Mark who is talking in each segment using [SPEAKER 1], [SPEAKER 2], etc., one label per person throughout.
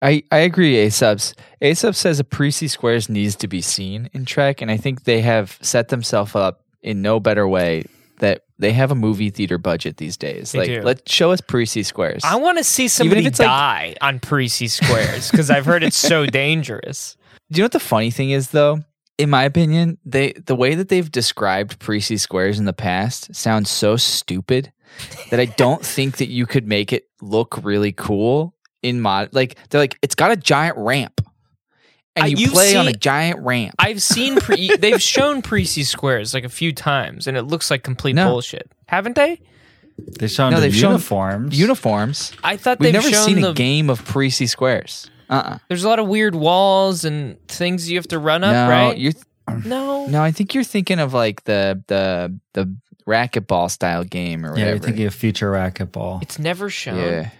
[SPEAKER 1] I, I agree, ASUPS. ASUPS says a Parisi Squares needs to be seen in Trek, and I think they have set themselves up in no better way that they have a movie theater budget these days.
[SPEAKER 2] They
[SPEAKER 1] like,
[SPEAKER 2] do.
[SPEAKER 1] let show us Parisi Squares.
[SPEAKER 2] I want to see somebody
[SPEAKER 1] it's like-
[SPEAKER 2] die on Parisi Squares because I've heard it's so dangerous.
[SPEAKER 1] Do you know what the funny thing is though? In my opinion, they the way that they've described Parisi squares in the past sounds so stupid that I don't think that you could make it look really cool in mod. Like they're like it's got a giant ramp, and
[SPEAKER 2] Uh,
[SPEAKER 1] you
[SPEAKER 2] you've
[SPEAKER 1] play on a
[SPEAKER 2] seen-
[SPEAKER 1] giant ramp.
[SPEAKER 2] I've seen pre- they've shown Parisi Squares like a few times, and it looks like complete
[SPEAKER 1] No.
[SPEAKER 2] bullshit, haven't they?
[SPEAKER 3] They sound
[SPEAKER 1] No, they've shown
[SPEAKER 3] uniforms.
[SPEAKER 1] Uniforms.
[SPEAKER 2] I thought
[SPEAKER 1] We've
[SPEAKER 2] they've
[SPEAKER 1] never
[SPEAKER 2] shown
[SPEAKER 1] seen
[SPEAKER 2] the
[SPEAKER 1] a game of Parisi squares. Uh
[SPEAKER 3] Uh-uh.
[SPEAKER 1] uh
[SPEAKER 2] There's a lot of weird walls and things you have to run up,
[SPEAKER 1] No,
[SPEAKER 2] right?
[SPEAKER 1] you're
[SPEAKER 2] no,
[SPEAKER 1] no. I think you're thinking of like the the the racquetball style game or
[SPEAKER 3] yeah,
[SPEAKER 1] whatever.
[SPEAKER 3] you're thinking of future racquetball.
[SPEAKER 2] it's never shown.
[SPEAKER 1] yeah.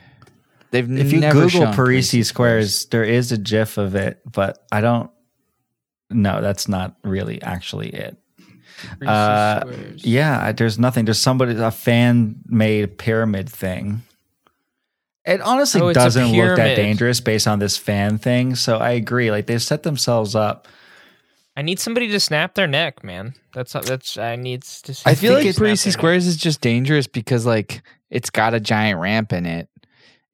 [SPEAKER 1] They've
[SPEAKER 3] If you
[SPEAKER 1] never
[SPEAKER 3] Google
[SPEAKER 1] shown
[SPEAKER 3] Parisi squares, there is a GIF of it, but I don't. No, that's not really actually it.
[SPEAKER 2] Parisi
[SPEAKER 3] Uh,
[SPEAKER 2] Squares.
[SPEAKER 3] Yeah, I- there's nothing. There's somebody a fan made pyramid thing. It honestly
[SPEAKER 2] Oh, it's a
[SPEAKER 3] doesn't look that
[SPEAKER 2] pyramid.
[SPEAKER 3] dangerous based on this fan thing. So I agree. Like they've set themselves up.
[SPEAKER 2] I need somebody to snap their neck, man. That's that's I need to. See
[SPEAKER 1] I feel like
[SPEAKER 2] somebody snap
[SPEAKER 1] Parisi
[SPEAKER 2] their
[SPEAKER 1] Squares is just dangerous because like it's got a giant ramp in it,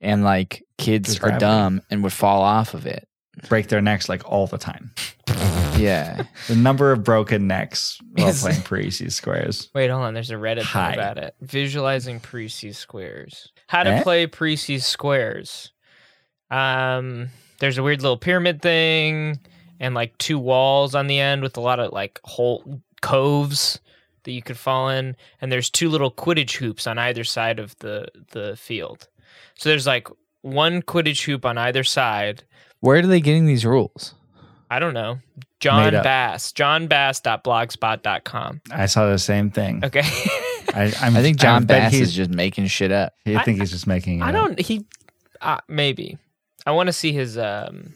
[SPEAKER 1] and like kids
[SPEAKER 3] There's
[SPEAKER 1] are
[SPEAKER 3] gravity.
[SPEAKER 1] dumb and would fall off of it.
[SPEAKER 3] Break their necks like all the time.
[SPEAKER 1] Yeah,
[SPEAKER 3] The number of broken necks while
[SPEAKER 2] Is-
[SPEAKER 3] playing Parisi squares.
[SPEAKER 2] Wait, hold on. There's a Reddit
[SPEAKER 3] Hi.
[SPEAKER 2] thing about it. Visualizing Parisi squares. How to
[SPEAKER 3] Eh?
[SPEAKER 2] play Parisi squares. Um, there's a weird little pyramid thing, and like two walls on the end with a lot of like whole coves that you could fall in, and there's two little Quidditch hoops on either side of the the field. So there's like one Quidditch hoop on either side.
[SPEAKER 1] where are they getting these rules?
[SPEAKER 2] I don't know. John
[SPEAKER 3] up.
[SPEAKER 2] Bass. John JohnBass.blogspot.com.
[SPEAKER 3] I saw the same thing.
[SPEAKER 2] Okay.
[SPEAKER 3] I, I'm,
[SPEAKER 1] I think John
[SPEAKER 3] bet
[SPEAKER 1] Bass
[SPEAKER 3] he's-
[SPEAKER 1] is just making shit up.
[SPEAKER 3] You
[SPEAKER 2] I-
[SPEAKER 3] think he's just making it
[SPEAKER 2] I
[SPEAKER 3] up.
[SPEAKER 2] don't. He uh, maybe. I want to see his. um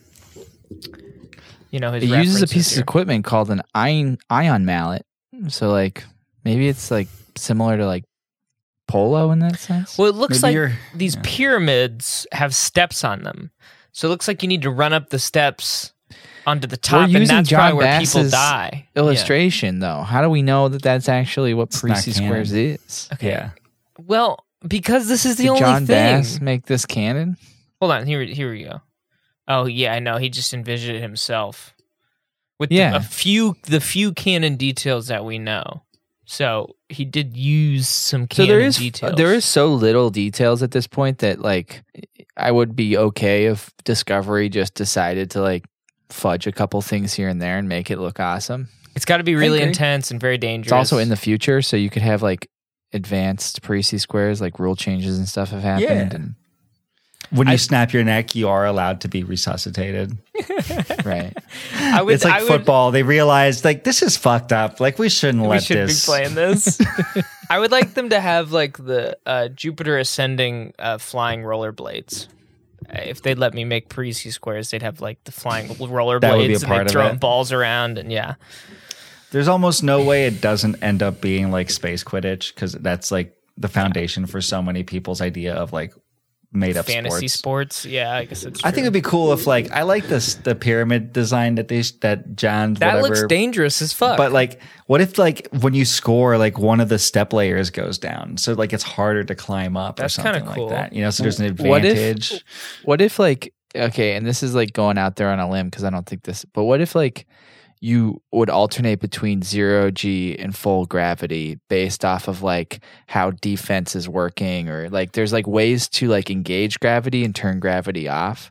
[SPEAKER 2] You know, his.
[SPEAKER 1] It uses a piece
[SPEAKER 2] references here.
[SPEAKER 1] of equipment called an ion ion mallet. So like maybe it's like similar to like polo in that sense.
[SPEAKER 2] Well, it looks
[SPEAKER 3] Maybe
[SPEAKER 2] like
[SPEAKER 3] you're-
[SPEAKER 2] these
[SPEAKER 3] yeah.
[SPEAKER 2] pyramids have steps on them, so it looks like you need to run up the steps onto the top,
[SPEAKER 1] using
[SPEAKER 2] and that's
[SPEAKER 1] John
[SPEAKER 2] probably where people
[SPEAKER 1] Bass's
[SPEAKER 2] die. Yeah.
[SPEAKER 1] Illustration though, how do we know that that's actually what
[SPEAKER 3] not
[SPEAKER 1] Parisi
[SPEAKER 3] canon.
[SPEAKER 1] squares is?
[SPEAKER 2] Okay.
[SPEAKER 3] Yeah.
[SPEAKER 2] Well, because this is the
[SPEAKER 1] Did
[SPEAKER 2] only
[SPEAKER 1] John
[SPEAKER 2] thing.
[SPEAKER 1] Bass make this canon?
[SPEAKER 2] Hold on. Here, here we go. Oh yeah, I know. He just envisioned it himself with the-
[SPEAKER 1] Yeah.
[SPEAKER 2] a few the few canon details that we know. So he did use some
[SPEAKER 1] so
[SPEAKER 2] canon
[SPEAKER 1] there
[SPEAKER 3] uh,
[SPEAKER 1] is
[SPEAKER 2] details.
[SPEAKER 1] there is so little details at this point that like I would be okay if Discovery just decided to like fudge a couple things here and there and make it look awesome.
[SPEAKER 2] It's got to be really
[SPEAKER 1] agree.
[SPEAKER 2] intense and very dangerous.
[SPEAKER 1] It's also in the future, so you could have like advanced Parisi squares, like rule changes and stuff have happened.
[SPEAKER 3] When you
[SPEAKER 2] I-
[SPEAKER 3] snap your neck, you are allowed to be resuscitated.
[SPEAKER 1] And, right.
[SPEAKER 2] I would,
[SPEAKER 3] it's like
[SPEAKER 2] I would,
[SPEAKER 3] football. They realized like this is fucked up. Like we shouldn't
[SPEAKER 2] We
[SPEAKER 3] let
[SPEAKER 2] should
[SPEAKER 3] this.
[SPEAKER 2] be playing this. I would like them to have like the uh, Jupiter ascending uh, flying rollerblades. Uh, If they'd let me make Parisi squares, they'd have like the flying
[SPEAKER 3] That would be a
[SPEAKER 2] rollerblades and
[SPEAKER 3] part
[SPEAKER 2] they'd
[SPEAKER 3] of
[SPEAKER 2] throw
[SPEAKER 3] it.
[SPEAKER 2] balls around and yeah.
[SPEAKER 3] There's almost no way it doesn't end up being like space quidditch because that's like the foundation for so many people's idea of like made up
[SPEAKER 2] fantasy
[SPEAKER 3] sports.
[SPEAKER 2] sports. Yeah, I guess it's. True.
[SPEAKER 3] I think it'd be cool if like I like this the pyramid design that they that John
[SPEAKER 2] that
[SPEAKER 3] whatever,
[SPEAKER 2] looks dangerous as fuck.
[SPEAKER 3] But like, what if like when you score, like one of the step layers goes down, so like it's harder to climb up
[SPEAKER 2] That's
[SPEAKER 3] or
[SPEAKER 2] kinda
[SPEAKER 3] something
[SPEAKER 2] cool.
[SPEAKER 3] like that. You know, so there's an
[SPEAKER 1] What if-
[SPEAKER 3] advantage.
[SPEAKER 1] What if like okay, and this is like going out there on a limb because I don't think this, but what if like you would alternate between zero G and full gravity based off of like how defense is working or like there's like ways to like engage gravity and turn gravity off.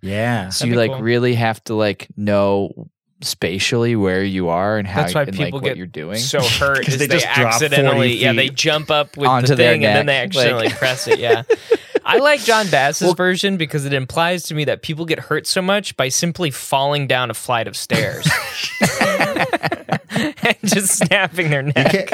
[SPEAKER 3] yeah,
[SPEAKER 1] So
[SPEAKER 2] That'd
[SPEAKER 1] you
[SPEAKER 2] be
[SPEAKER 1] like
[SPEAKER 2] cool.
[SPEAKER 1] really have to like know spatially where you are and how
[SPEAKER 2] That's why
[SPEAKER 1] and,
[SPEAKER 2] people
[SPEAKER 1] like, what
[SPEAKER 2] get
[SPEAKER 1] you're doing.
[SPEAKER 2] so hurt
[SPEAKER 3] 'Cause
[SPEAKER 2] is
[SPEAKER 3] they
[SPEAKER 2] they,
[SPEAKER 3] just drop 40
[SPEAKER 2] accidentally. Yeah, they
[SPEAKER 3] feet
[SPEAKER 2] jump up with
[SPEAKER 1] onto
[SPEAKER 2] the
[SPEAKER 1] their
[SPEAKER 2] thing and then they
[SPEAKER 1] neck, like-
[SPEAKER 2] accidentally press it. Yeah. I like John Bass's version because it implies to me that people get hurt so much by simply falling down a flight of stairs and just snapping their
[SPEAKER 3] You
[SPEAKER 2] neck.
[SPEAKER 3] can't,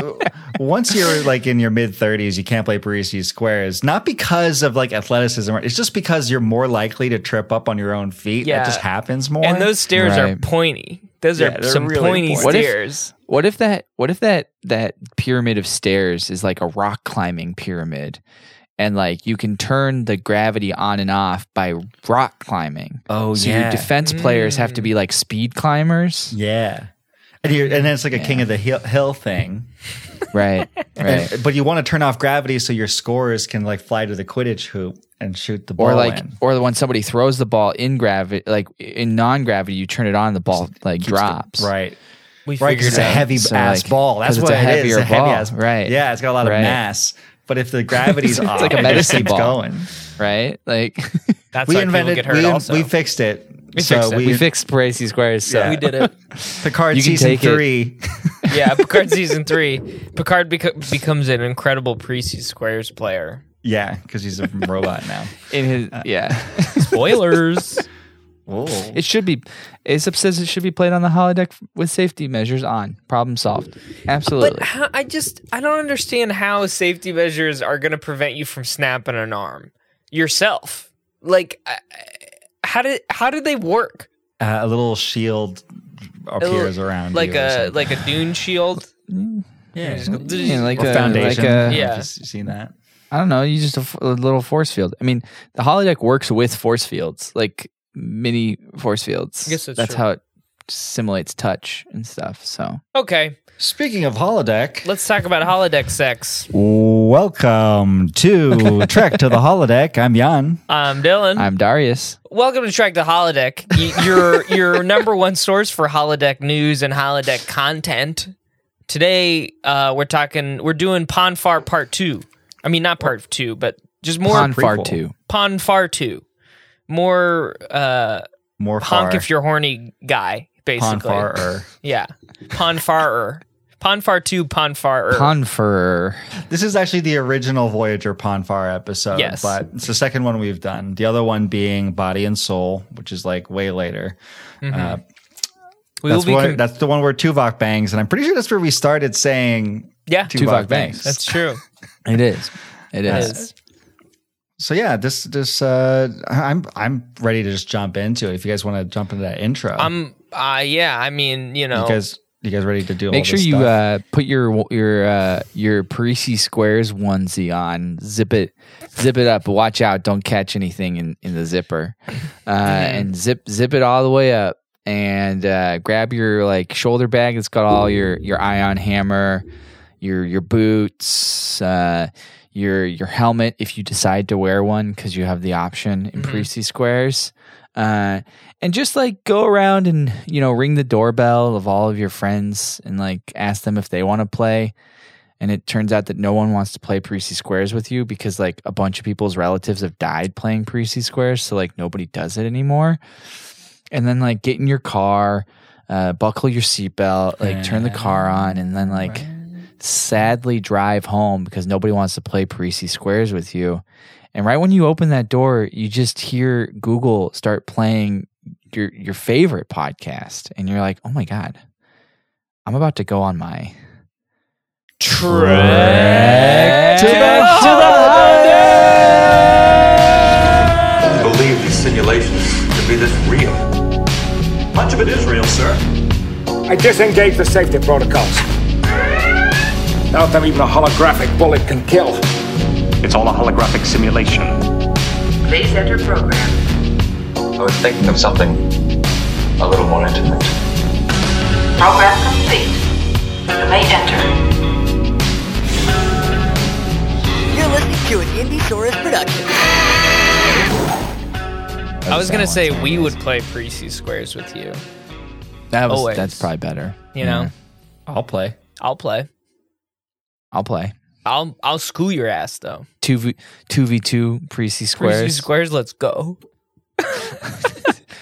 [SPEAKER 3] once you're like in your mid 30s, you can't play Parisi squares. Not because of like athleticism, it's just because you're more likely to trip up on your own feet.
[SPEAKER 2] Yeah.
[SPEAKER 3] That just happens more.
[SPEAKER 2] And those stairs are
[SPEAKER 1] Right.
[SPEAKER 2] pointy. Those
[SPEAKER 3] Yeah,
[SPEAKER 2] are
[SPEAKER 3] they're
[SPEAKER 2] some
[SPEAKER 3] really
[SPEAKER 2] pointy
[SPEAKER 3] pointy.
[SPEAKER 1] What if-
[SPEAKER 2] stairs.
[SPEAKER 1] What if that what if that that pyramid of stairs is like a rock climbing pyramid and like you can turn the gravity on and off by rock climbing.
[SPEAKER 3] Oh
[SPEAKER 1] so your defense players have to be like speed climbers,
[SPEAKER 3] yeah. And, you're, and then it's like a king of the hill, hill thing.
[SPEAKER 1] right? Right.
[SPEAKER 3] And- but you want to turn off gravity so your scorers can like fly to the Quidditch hoop and shoot the ball
[SPEAKER 1] or like,
[SPEAKER 3] in.
[SPEAKER 1] or when somebody throws the ball in gravity, like in non gravity, you turn it on, the ball like
[SPEAKER 3] Keeps the-
[SPEAKER 1] drops.
[SPEAKER 3] right.
[SPEAKER 2] We
[SPEAKER 3] Right, because
[SPEAKER 2] figured
[SPEAKER 3] it's a
[SPEAKER 2] it out.
[SPEAKER 3] heavy
[SPEAKER 1] So,
[SPEAKER 3] ass
[SPEAKER 1] like,
[SPEAKER 3] ball.
[SPEAKER 1] 'cause
[SPEAKER 3] That's
[SPEAKER 1] it's
[SPEAKER 3] what
[SPEAKER 1] a
[SPEAKER 3] it is. It's
[SPEAKER 1] heavier
[SPEAKER 3] a heavy
[SPEAKER 1] ball,
[SPEAKER 3] ass
[SPEAKER 1] right.
[SPEAKER 3] Yeah, it's got a lot of
[SPEAKER 1] Right.
[SPEAKER 3] mass. But if the gravity's
[SPEAKER 1] It's
[SPEAKER 3] off,
[SPEAKER 1] like a
[SPEAKER 3] it just
[SPEAKER 1] medicine
[SPEAKER 3] keeps
[SPEAKER 1] ball.
[SPEAKER 3] going.
[SPEAKER 1] Right. Like
[SPEAKER 2] That's
[SPEAKER 3] we
[SPEAKER 2] how people
[SPEAKER 3] invented.
[SPEAKER 2] get hurt.
[SPEAKER 3] we,
[SPEAKER 2] also,
[SPEAKER 3] we fixed it.
[SPEAKER 2] We
[SPEAKER 3] so
[SPEAKER 2] fixed it.
[SPEAKER 3] We,
[SPEAKER 1] we fixed Bracy Squares. So
[SPEAKER 3] Yeah.
[SPEAKER 2] we did it.
[SPEAKER 3] Picard
[SPEAKER 1] you can
[SPEAKER 3] season
[SPEAKER 1] take it.
[SPEAKER 3] three.
[SPEAKER 2] Yeah, Picard season three. Picard beco- becomes an incredible preseason squares player.
[SPEAKER 3] yeah, because he's a robot now.
[SPEAKER 1] in his yeah,
[SPEAKER 2] Spoilers.
[SPEAKER 3] Whoa.
[SPEAKER 1] it should be. Asap says it should be played on the holodeck with safety measures on. Problem solved. Absolutely.
[SPEAKER 2] But how, I just I don't understand how safety measures are going to prevent you from snapping an arm yourself. Like, I- I- how did how did they work?
[SPEAKER 3] uh, a little shield appears around
[SPEAKER 2] Like
[SPEAKER 3] you or
[SPEAKER 2] a
[SPEAKER 3] something.
[SPEAKER 2] like a dune shield.
[SPEAKER 3] yeah,
[SPEAKER 2] just go-
[SPEAKER 1] Yeah, like
[SPEAKER 3] or
[SPEAKER 1] a
[SPEAKER 3] foundation.
[SPEAKER 1] Like a,
[SPEAKER 2] Yeah.
[SPEAKER 3] yeah, seen that.
[SPEAKER 1] I don't know. You just a, f- a little force field. I mean, the holodeck works with force fields, like mini force fields.
[SPEAKER 2] I guess that's true.
[SPEAKER 1] how it simulates touch and stuff. So
[SPEAKER 2] Okay,
[SPEAKER 3] Speaking of holodeck,
[SPEAKER 2] let's talk about holodeck sex.
[SPEAKER 3] welcome to Trek to the holodeck. I'm Jan.
[SPEAKER 2] Um, Dylan,
[SPEAKER 1] I'm Darius.
[SPEAKER 2] welcome to Track the Holodeck. Y- Your your number one source for holodeck news and holodeck content. Today, uh, we're talking. We're doing Ponfar Part Two. I mean, not Part Two, but just more
[SPEAKER 1] Pon far
[SPEAKER 3] prequel.
[SPEAKER 1] two.
[SPEAKER 2] Ponfar Two. More uh,
[SPEAKER 3] More
[SPEAKER 2] honk
[SPEAKER 3] far.
[SPEAKER 2] if you're horny guy, basically.
[SPEAKER 3] Ponfarer.
[SPEAKER 2] Yeah, Ponfarer. Ponfar Two. Ponfarer.
[SPEAKER 1] Confer.
[SPEAKER 3] This is actually the original Voyager Ponfar episode,
[SPEAKER 2] Yes.
[SPEAKER 3] but it's the second one we've done. The other one being Body and Soul, which is like way later. Uh,
[SPEAKER 2] we will
[SPEAKER 3] that's,
[SPEAKER 2] be.
[SPEAKER 3] one,
[SPEAKER 2] com-
[SPEAKER 3] that's the one where Tuvok bangs, and I'm pretty sure that's where we started saying
[SPEAKER 2] yeah,
[SPEAKER 3] Tuvok,
[SPEAKER 1] Tuvok
[SPEAKER 3] bangs.
[SPEAKER 1] bangs.
[SPEAKER 2] that's true.
[SPEAKER 1] It is. It
[SPEAKER 2] It
[SPEAKER 1] is.
[SPEAKER 2] is.
[SPEAKER 3] so yeah, this this uh, I'm I'm ready to just jump into it. If you guys want to jump into that intro,
[SPEAKER 2] Um. Uh, yeah. I mean, you know.
[SPEAKER 3] you guys you guys ready to do? all
[SPEAKER 1] Make sure
[SPEAKER 3] this
[SPEAKER 1] you
[SPEAKER 3] stuff?
[SPEAKER 1] uh, put your your uh, your Parisi squares onesie on. Zip it, zip it up. Watch out! Don't catch anything in, in the zipper, uh,
[SPEAKER 3] Mm-hmm.
[SPEAKER 1] and zip zip it all the way up. And uh, grab your like shoulder bag that's got all your your ion hammer, your your boots, uh, your your helmet if you decide to wear one because you have the option in
[SPEAKER 3] Mm-hmm.
[SPEAKER 1] Parisi squares. Uh, and just like go around and you know ring the doorbell of all of your friends and like ask them if they want to play and it turns out that no one wants to play Parisi squares with you because like a bunch of people's relatives have died playing Parisi squares so like nobody does it anymore and then like get in your car uh, buckle your seatbelt like turn the car on and then like sadly drive home because nobody wants to play Parisi squares with you and right when you open that door, you just hear Google start playing your your favorite podcast, and you're like, "Oh my god, I'm about to go on my
[SPEAKER 2] Trek
[SPEAKER 1] to the
[SPEAKER 4] couldn't believe these simulations to be this real. Much of it is real, sir.
[SPEAKER 5] I disengage the safety protocols. Not that even a holographic bullet can kill.
[SPEAKER 6] It's all a holographic simulation.
[SPEAKER 7] Please enter program.
[SPEAKER 8] I was thinking of something a little more intimate.
[SPEAKER 7] Program complete. You may enter.
[SPEAKER 9] You're listening to an Indie Soros production.
[SPEAKER 2] I was
[SPEAKER 3] that
[SPEAKER 2] gonna
[SPEAKER 3] one.
[SPEAKER 2] say we would play Precy Squares with you.
[SPEAKER 1] That was
[SPEAKER 2] Always.
[SPEAKER 1] that's probably better.
[SPEAKER 2] You know,
[SPEAKER 1] Yeah.
[SPEAKER 3] I'll play.
[SPEAKER 2] I'll play.
[SPEAKER 1] I'll play
[SPEAKER 2] I'll I'll school your ass though.
[SPEAKER 1] two v two v two Parisi
[SPEAKER 2] Precy
[SPEAKER 1] squares
[SPEAKER 2] Squares, let's go.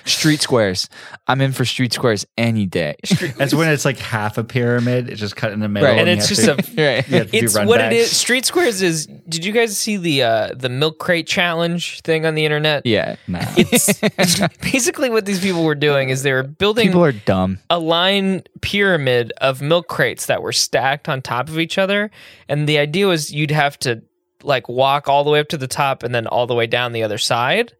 [SPEAKER 1] street squares. I'm in for street squares any day.
[SPEAKER 3] That's when it's like half a pyramid. It's just cut in the middle,
[SPEAKER 1] Right.
[SPEAKER 2] uh, And
[SPEAKER 3] you
[SPEAKER 2] it's
[SPEAKER 3] have
[SPEAKER 2] just a
[SPEAKER 3] to-
[SPEAKER 1] right.
[SPEAKER 3] you have to do
[SPEAKER 2] it's what it
[SPEAKER 3] runbacks.
[SPEAKER 2] is. Street Squares is. Did you guys see the uh, the milk crate challenge thing on the internet?
[SPEAKER 1] Yeah,
[SPEAKER 2] It's basically what these people were doing is they were building
[SPEAKER 1] people are dumb.
[SPEAKER 2] a line pyramid of milk crates that were stacked on top of each other, and the idea was you'd have to like walk all the way up to the top and then all the way down the other side.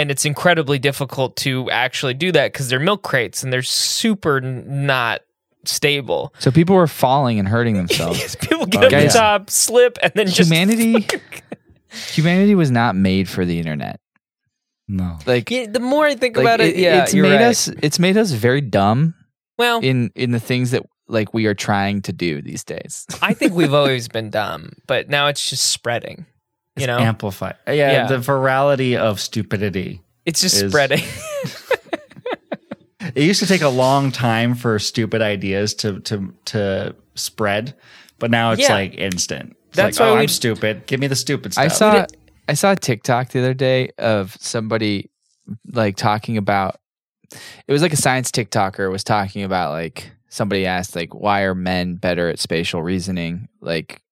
[SPEAKER 2] And it's incredibly difficult to actually do that because they're milk crates and they're super n- not stable.
[SPEAKER 1] So people were falling and hurting themselves.
[SPEAKER 2] People get up
[SPEAKER 1] Guys-
[SPEAKER 2] the top, slip, and then just
[SPEAKER 1] Humanity Humanity was not made for the internet.
[SPEAKER 3] No.
[SPEAKER 1] Like,
[SPEAKER 2] Yeah, the more I think
[SPEAKER 1] like,
[SPEAKER 2] about it, yeah,
[SPEAKER 1] it's
[SPEAKER 2] you're
[SPEAKER 1] made
[SPEAKER 2] right.
[SPEAKER 1] us it's made us very dumb
[SPEAKER 2] well,
[SPEAKER 1] in in the things that like we are trying to do these days.
[SPEAKER 2] I think we've always been dumb, but now it's just spreading. You know,
[SPEAKER 3] amplify. Yeah,
[SPEAKER 2] Yeah.
[SPEAKER 3] the virality of stupidity.
[SPEAKER 2] it's just
[SPEAKER 3] is-
[SPEAKER 2] spreading.
[SPEAKER 3] It used to take a long time for stupid ideas to to to spread, but now it's
[SPEAKER 2] Yeah.
[SPEAKER 3] like instant. It's
[SPEAKER 2] That's
[SPEAKER 3] like,
[SPEAKER 2] why
[SPEAKER 3] oh,
[SPEAKER 2] we-
[SPEAKER 3] I'm stupid. Give me the stupid stuff.
[SPEAKER 1] I saw I saw a TikTok the other day of somebody like talking about it was like a science TikToker was talking about like somebody asked like why are men better at spatial reasoning like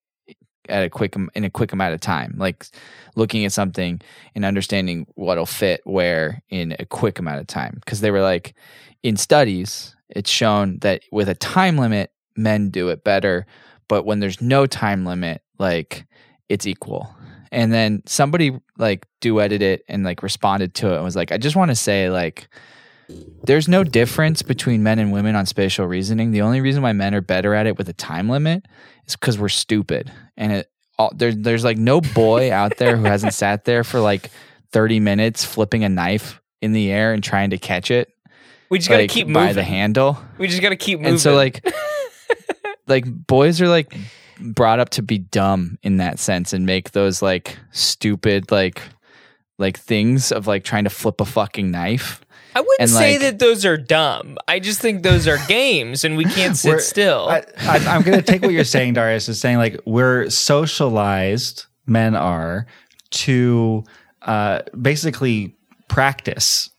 [SPEAKER 1] at a quick in a quick amount of time like looking at something and understanding what'll fit where in a quick amount of time because they were like in studies it's shown that with a time limit men do it better but when there's no time limit like it's equal and then somebody like duetted it and like responded to it and was like i just want to say like there's no difference between men and women on spatial reasoning the only reason why men are better at it with a time limit is because we're stupid and it all, there, there's like no boy out there who hasn't sat there for like 30 minutes flipping a knife in the air and trying to catch it
[SPEAKER 2] we just gotta
[SPEAKER 1] like,
[SPEAKER 2] keep
[SPEAKER 1] by
[SPEAKER 2] moving.
[SPEAKER 1] the handle
[SPEAKER 2] We just gotta keep moving.
[SPEAKER 1] and so like like boys are like brought up to be dumb in that sense and make those like stupid like like things of like trying to flip a fucking knife
[SPEAKER 2] I wouldn't
[SPEAKER 1] and,
[SPEAKER 2] say
[SPEAKER 1] like-
[SPEAKER 2] that those are dumb. I just think those are games, and we can't sit
[SPEAKER 3] We're-
[SPEAKER 2] still.
[SPEAKER 3] I, I, I'm going to take what you're saying, Darius, is saying like we're socialized, men are, to uh, basically practice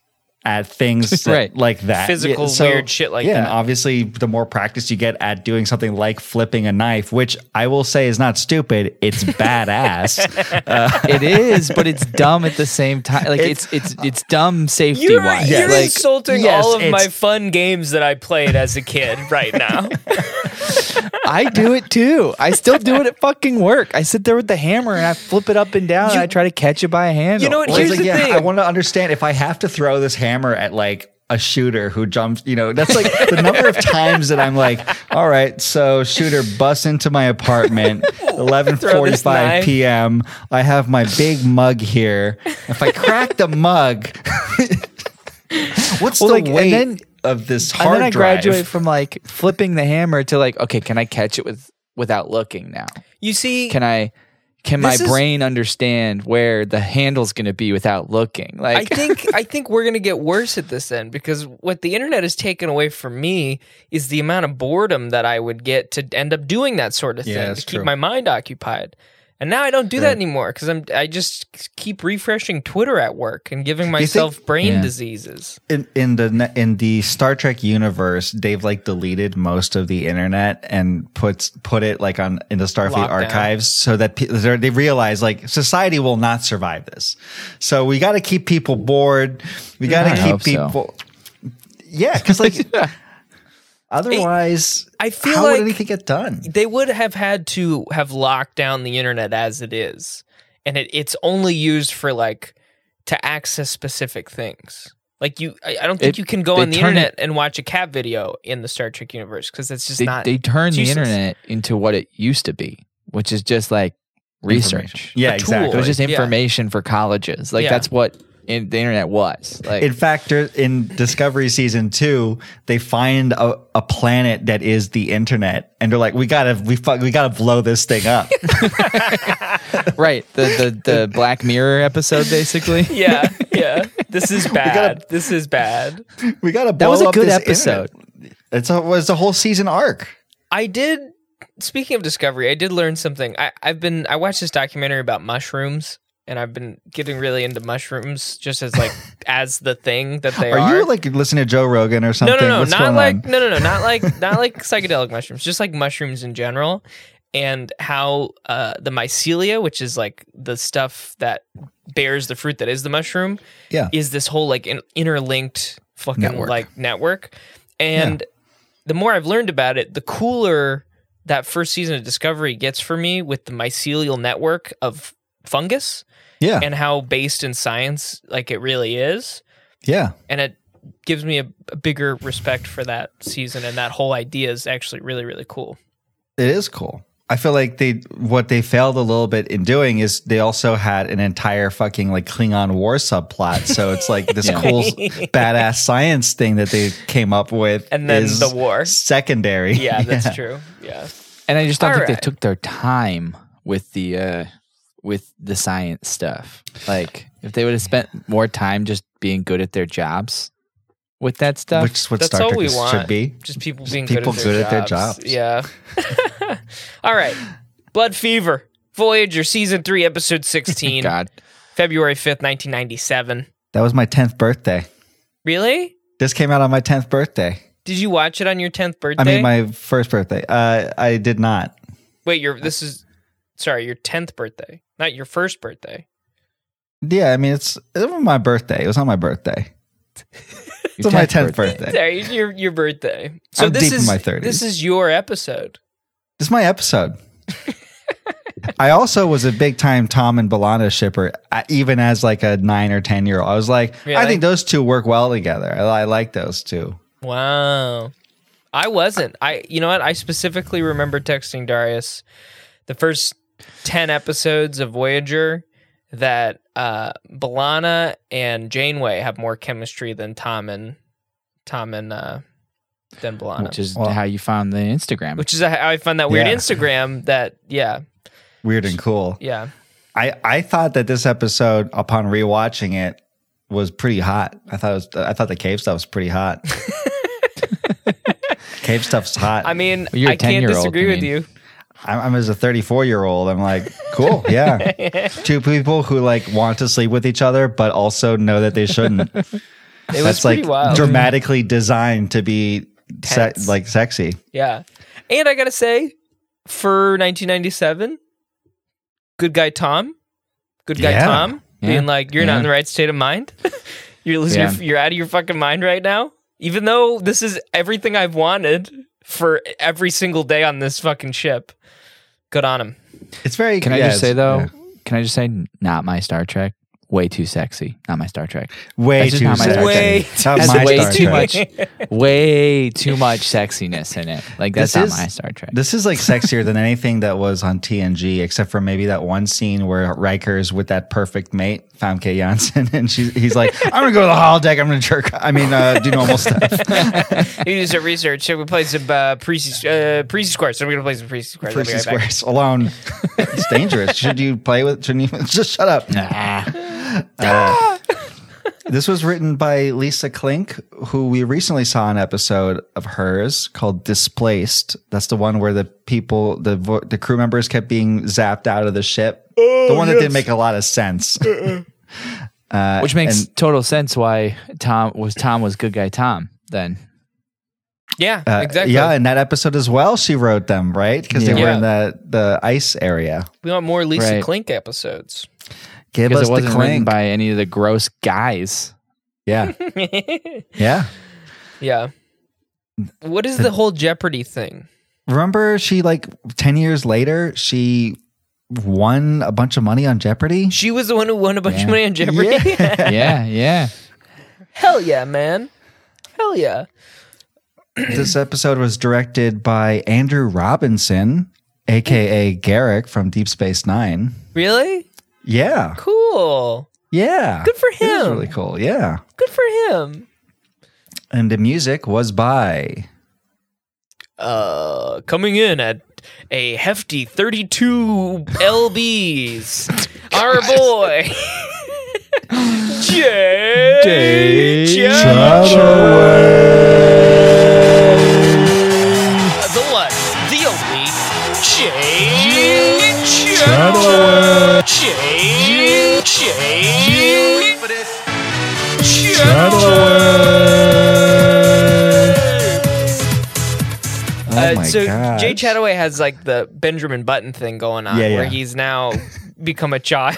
[SPEAKER 3] at things that-
[SPEAKER 1] Right.
[SPEAKER 3] like that.
[SPEAKER 2] Physical, weird shit like
[SPEAKER 3] yeah,
[SPEAKER 2] that.
[SPEAKER 3] And obviously, the more practice you get at doing something like flipping a knife, which I will say is not stupid, it's badass.
[SPEAKER 1] it is but it's dumb at the same time like it's it's it's, dumb safety
[SPEAKER 2] you're
[SPEAKER 1] wise
[SPEAKER 2] you're
[SPEAKER 1] like
[SPEAKER 2] insulting
[SPEAKER 3] yes,
[SPEAKER 2] all of my
[SPEAKER 3] it's-
[SPEAKER 2] fun games that I played as a kid right now.
[SPEAKER 1] i do it too i still do it at fucking work i sit there with the hammer and i flip it up and down and i try to catch it by a handle
[SPEAKER 2] you know what?
[SPEAKER 3] Well,
[SPEAKER 2] Here's
[SPEAKER 3] it's like,
[SPEAKER 2] the
[SPEAKER 3] yeah,
[SPEAKER 2] thing.
[SPEAKER 3] I want to understand if I have to throw this hammer at like a shooter who jumps, you know, that's like the number of times that I'm like, all right, so shooter busts into my apartment, 11:45
[SPEAKER 2] knife.
[SPEAKER 3] p.m. I have my big mug here. If I crack the mug, what's
[SPEAKER 1] Well,
[SPEAKER 3] the
[SPEAKER 1] like, and
[SPEAKER 3] weight
[SPEAKER 1] then-
[SPEAKER 3] of this hard
[SPEAKER 1] and then I
[SPEAKER 3] drive?
[SPEAKER 1] graduate from like flipping the hammer to like, okay, can I catch it with without looking now?
[SPEAKER 2] you see,
[SPEAKER 1] Can I can my
[SPEAKER 2] This is-
[SPEAKER 1] brain understand where the handle's gonna be without looking?
[SPEAKER 2] I
[SPEAKER 1] Like
[SPEAKER 2] think I think we're gonna get worse at this end because what the internet has taken away from me is the amount of boredom that I would get to end up doing that sort of
[SPEAKER 3] Yeah,
[SPEAKER 2] thing to
[SPEAKER 3] that's
[SPEAKER 2] keep
[SPEAKER 3] true.
[SPEAKER 2] my mind occupied. And now I don't do that anymore because I'm I just keep refreshing Twitter at work and giving
[SPEAKER 3] think-
[SPEAKER 2] myself brain
[SPEAKER 1] Yeah.
[SPEAKER 2] diseases.
[SPEAKER 3] in, in the ne- in the Star Trek universe, they've like deleted most of the internet and puts put it like on in the Starfleet
[SPEAKER 2] Lockdown.
[SPEAKER 3] archives so that pe- they're- they realize like society will not survive this. So we got to keep people bored. We got
[SPEAKER 1] I
[SPEAKER 3] to keep
[SPEAKER 1] hope so.
[SPEAKER 3] people. Yeah, because like otherwise,
[SPEAKER 2] I feel
[SPEAKER 3] how
[SPEAKER 2] like-
[SPEAKER 3] would anything get done?
[SPEAKER 2] They would have had to have locked down the internet as it is, and it, it's only used for like to access specific things. Like you, I, I don't think
[SPEAKER 1] It-
[SPEAKER 2] you can go
[SPEAKER 1] they
[SPEAKER 2] on the
[SPEAKER 1] turn it-
[SPEAKER 2] internet and watch a cat video in the Star Trek universe because that's just
[SPEAKER 1] they,
[SPEAKER 2] not.
[SPEAKER 1] they turn
[SPEAKER 2] it's
[SPEAKER 1] the
[SPEAKER 2] useless.
[SPEAKER 1] internet into what it used to be, which is just like research.
[SPEAKER 3] Yeah,
[SPEAKER 2] tool.
[SPEAKER 1] It
[SPEAKER 3] exactly.
[SPEAKER 1] was just
[SPEAKER 2] Yeah.
[SPEAKER 1] information for colleges. Like
[SPEAKER 2] Yeah.
[SPEAKER 1] that's what in, the internet was. Like
[SPEAKER 3] in fact, there- in Discovery season two, they find a, a planet that is the internet, and they're like, "We gotta, we fuck, we gotta blow this thing up."
[SPEAKER 1] right. The the the Black Mirror episode basically.
[SPEAKER 2] Yeah, yeah. This is bad.
[SPEAKER 3] gotta-
[SPEAKER 2] this is bad.
[SPEAKER 3] We gotta blow
[SPEAKER 1] That was a
[SPEAKER 3] up
[SPEAKER 1] good
[SPEAKER 3] this
[SPEAKER 1] episode.
[SPEAKER 3] internet. It's a, it was a whole season arc.
[SPEAKER 2] I did. Speaking of discovery, I did learn something. I, I've been I watched this documentary about mushrooms, and I've been getting really into mushrooms, just as like as the thing that they are.
[SPEAKER 3] Are, you like listening to Joe Rogan or
[SPEAKER 2] no,
[SPEAKER 3] something?
[SPEAKER 2] no, no,
[SPEAKER 3] What's
[SPEAKER 2] not
[SPEAKER 3] going
[SPEAKER 2] like
[SPEAKER 3] on?
[SPEAKER 2] no, no, no, not like not like psychedelic mushrooms, just like mushrooms in general, and how uh, the mycelia, which is like the stuff that bears the fruit that is the mushroom,
[SPEAKER 3] Yeah.
[SPEAKER 2] is this whole like in- interlinked fucking
[SPEAKER 3] Network.
[SPEAKER 2] like network, and the more I've learned about it, the cooler that first season of Discovery gets for me with the mycelial network of fungus
[SPEAKER 3] Yeah,
[SPEAKER 2] and how based in science like it really is
[SPEAKER 3] yeah.
[SPEAKER 2] and it gives me a, a bigger respect for that season and that whole idea is actually really really cool
[SPEAKER 3] It is cool. I feel like they what they failed a little bit in doing is they also had an entire fucking like Klingon war subplot. So it's like this cool badass science thing that they came up with,
[SPEAKER 2] And then
[SPEAKER 3] is
[SPEAKER 2] the war.
[SPEAKER 3] secondary.
[SPEAKER 2] Yeah, that's true. Yeah.
[SPEAKER 1] And I just don't
[SPEAKER 2] All
[SPEAKER 1] think
[SPEAKER 2] right.
[SPEAKER 1] they took their time with the uh with the science stuff. Like if they would have spent more time just being good at their jobs with that stuff.
[SPEAKER 3] Which is what
[SPEAKER 2] That's
[SPEAKER 3] Star
[SPEAKER 2] all
[SPEAKER 3] Trek
[SPEAKER 2] we
[SPEAKER 3] is-
[SPEAKER 2] want.
[SPEAKER 3] should be.
[SPEAKER 2] Just people being
[SPEAKER 3] people
[SPEAKER 2] good, at,
[SPEAKER 3] good
[SPEAKER 2] their
[SPEAKER 3] at their
[SPEAKER 2] jobs.
[SPEAKER 3] jobs.
[SPEAKER 2] Yeah. All right. Blood Fever, Voyager, Season 3, Episode 16,
[SPEAKER 1] God.
[SPEAKER 2] February 5th, 1997.
[SPEAKER 3] That was my tenth birthday.
[SPEAKER 2] Really?
[SPEAKER 3] This came out on my tenth birthday.
[SPEAKER 2] Did you watch it on your 10th birthday?
[SPEAKER 3] I mean, my first birthday. Uh, I did not.
[SPEAKER 2] Wait, your this is sorry, your 10th birthday, not your first birthday.
[SPEAKER 3] Yeah, I mean, it's it was my birthday. It was on my birthday. It
[SPEAKER 1] Your
[SPEAKER 3] was my
[SPEAKER 1] 10th
[SPEAKER 3] tenth birthday.
[SPEAKER 2] Sorry, your your birthday. So
[SPEAKER 3] I'm
[SPEAKER 2] this
[SPEAKER 3] deep in
[SPEAKER 2] is
[SPEAKER 3] my 30s.
[SPEAKER 2] this is your episode.
[SPEAKER 3] This is my episode. I also was a big time Tom and Belana shipper, uh, even as like a nine or ten year old. I was like, I
[SPEAKER 2] Really?
[SPEAKER 3] think those two work well together. I, I like those two.
[SPEAKER 2] Wow. I wasn't. I you know what? I specifically remember texting Darius the first 10 episodes of Voyager that uh Balana and Janeway have more chemistry than Tom and Tom and uh than Balana.
[SPEAKER 1] Which is
[SPEAKER 3] Well-
[SPEAKER 1] how you found the Instagram.
[SPEAKER 2] Which is how I found that weird
[SPEAKER 3] Yeah.
[SPEAKER 2] Instagram that yeah,
[SPEAKER 3] Weird and cool.
[SPEAKER 2] yeah.
[SPEAKER 3] I, I thought that this episode, upon rewatching it, was pretty hot. I thought it was, I thought the cave stuff was pretty hot. cave stuff's hot.
[SPEAKER 2] I mean,
[SPEAKER 1] Well, you're a
[SPEAKER 2] I can't
[SPEAKER 1] 10-year-old,
[SPEAKER 2] disagree
[SPEAKER 1] I
[SPEAKER 2] with
[SPEAKER 1] mean.
[SPEAKER 2] you.
[SPEAKER 3] I'm, I'm as a 34 year old. I'm like, cool, yeah. Two people who like want to sleep with each other, but also know that they shouldn't. It
[SPEAKER 2] It was
[SPEAKER 3] That's like
[SPEAKER 2] pretty wild.
[SPEAKER 3] dramatically designed to be se-
[SPEAKER 2] Tense.
[SPEAKER 3] like sexy.
[SPEAKER 2] Yeah. And I got to say, for 1997, good guy Tom, good guy
[SPEAKER 3] Yeah.
[SPEAKER 2] Tom,
[SPEAKER 1] Yeah.
[SPEAKER 2] being like, you're not in
[SPEAKER 1] Yeah.
[SPEAKER 2] the right state of mind. you're losing
[SPEAKER 1] Yeah.
[SPEAKER 2] your, you're out of your fucking mind right now. Even though this is everything I've wanted for every single day on this fucking ship. Good on him.
[SPEAKER 3] It's very.
[SPEAKER 1] Can I
[SPEAKER 3] yeah,
[SPEAKER 1] just say
[SPEAKER 3] it's-
[SPEAKER 1] though?
[SPEAKER 3] yeah.
[SPEAKER 1] Can I just say not my Star Trek? Way too sexy. Not my Star Trek.
[SPEAKER 3] Way
[SPEAKER 1] That's just
[SPEAKER 3] too
[SPEAKER 1] not my
[SPEAKER 3] sexy.
[SPEAKER 1] Star
[SPEAKER 2] Way
[SPEAKER 3] It's not
[SPEAKER 1] Has
[SPEAKER 3] my
[SPEAKER 1] way
[SPEAKER 3] Star
[SPEAKER 1] too
[SPEAKER 3] Trek.
[SPEAKER 1] much, way too much sexiness in it. Like that's
[SPEAKER 3] This
[SPEAKER 1] not
[SPEAKER 3] is-
[SPEAKER 1] my Star Trek.
[SPEAKER 3] This is like sexier than anything that was on TNG, except for maybe that one scene where Riker's with that perfect mate, Famke Janssen, and she's, he's like, I'm going to go to the holodeck. I'm going to jerk. I mean, uh, do normal stuff.
[SPEAKER 2] He did some research. So we played some uh, Precy uh, Precy squares. So we're going to play some Precy squares. I'll be
[SPEAKER 3] Percy
[SPEAKER 2] right back.
[SPEAKER 3] Squares alone. it's dangerous. Should you play with? Shouldn't you? Just shut up. Uh, this was written by Lisa Klink, who we recently saw an episode of hers called "Displaced." That's the one where the people, the vo- the crew members, kept being zapped out of the ship. the one that didn't make a lot of sense. uh,
[SPEAKER 1] Which makes total sense why Tom was Tom was good guy Tom then.
[SPEAKER 2] Yeah,
[SPEAKER 3] Uh,
[SPEAKER 2] exactly.
[SPEAKER 3] Yeah, in that episode as well, she wrote them right because they
[SPEAKER 1] Yeah.
[SPEAKER 3] were in the the ice area.
[SPEAKER 2] we want more Lisa
[SPEAKER 1] Right.
[SPEAKER 2] Klink episodes.
[SPEAKER 3] Give
[SPEAKER 1] Because it
[SPEAKER 3] us the
[SPEAKER 1] wasn't written
[SPEAKER 3] Klink.
[SPEAKER 1] by any of the gross guys.
[SPEAKER 3] yeah, yeah.
[SPEAKER 2] Yeah. What is the whole Jeopardy thing?
[SPEAKER 3] remember she like 10 years later she won a bunch of money on jeopardy
[SPEAKER 2] She was the one who won a bunch
[SPEAKER 1] Yeah.
[SPEAKER 2] of money on Jeopardy.
[SPEAKER 1] yeah, yeah.
[SPEAKER 2] Hell yeah, man. Hell yeah.
[SPEAKER 3] this episode was directed by andrew robinson aka garrick from deep space nine
[SPEAKER 2] Really?
[SPEAKER 3] yeah
[SPEAKER 2] Cool.
[SPEAKER 3] yeah
[SPEAKER 2] Good for
[SPEAKER 3] It is
[SPEAKER 2] him.
[SPEAKER 3] really cool yeah
[SPEAKER 2] Good for him.
[SPEAKER 3] and the music was by
[SPEAKER 2] Uh, coming in at a hefty 32 lbs. Our boy. Jay. Jay.
[SPEAKER 3] Oh
[SPEAKER 2] The one, the only Jay. Jay. Jay. Jay.
[SPEAKER 3] oh
[SPEAKER 2] Uh,
[SPEAKER 3] my
[SPEAKER 2] so
[SPEAKER 3] god
[SPEAKER 2] Jay Chataway has like the Benjamin Button thing going on,
[SPEAKER 3] Yeah,
[SPEAKER 2] where
[SPEAKER 3] yeah.
[SPEAKER 2] he's now become a child.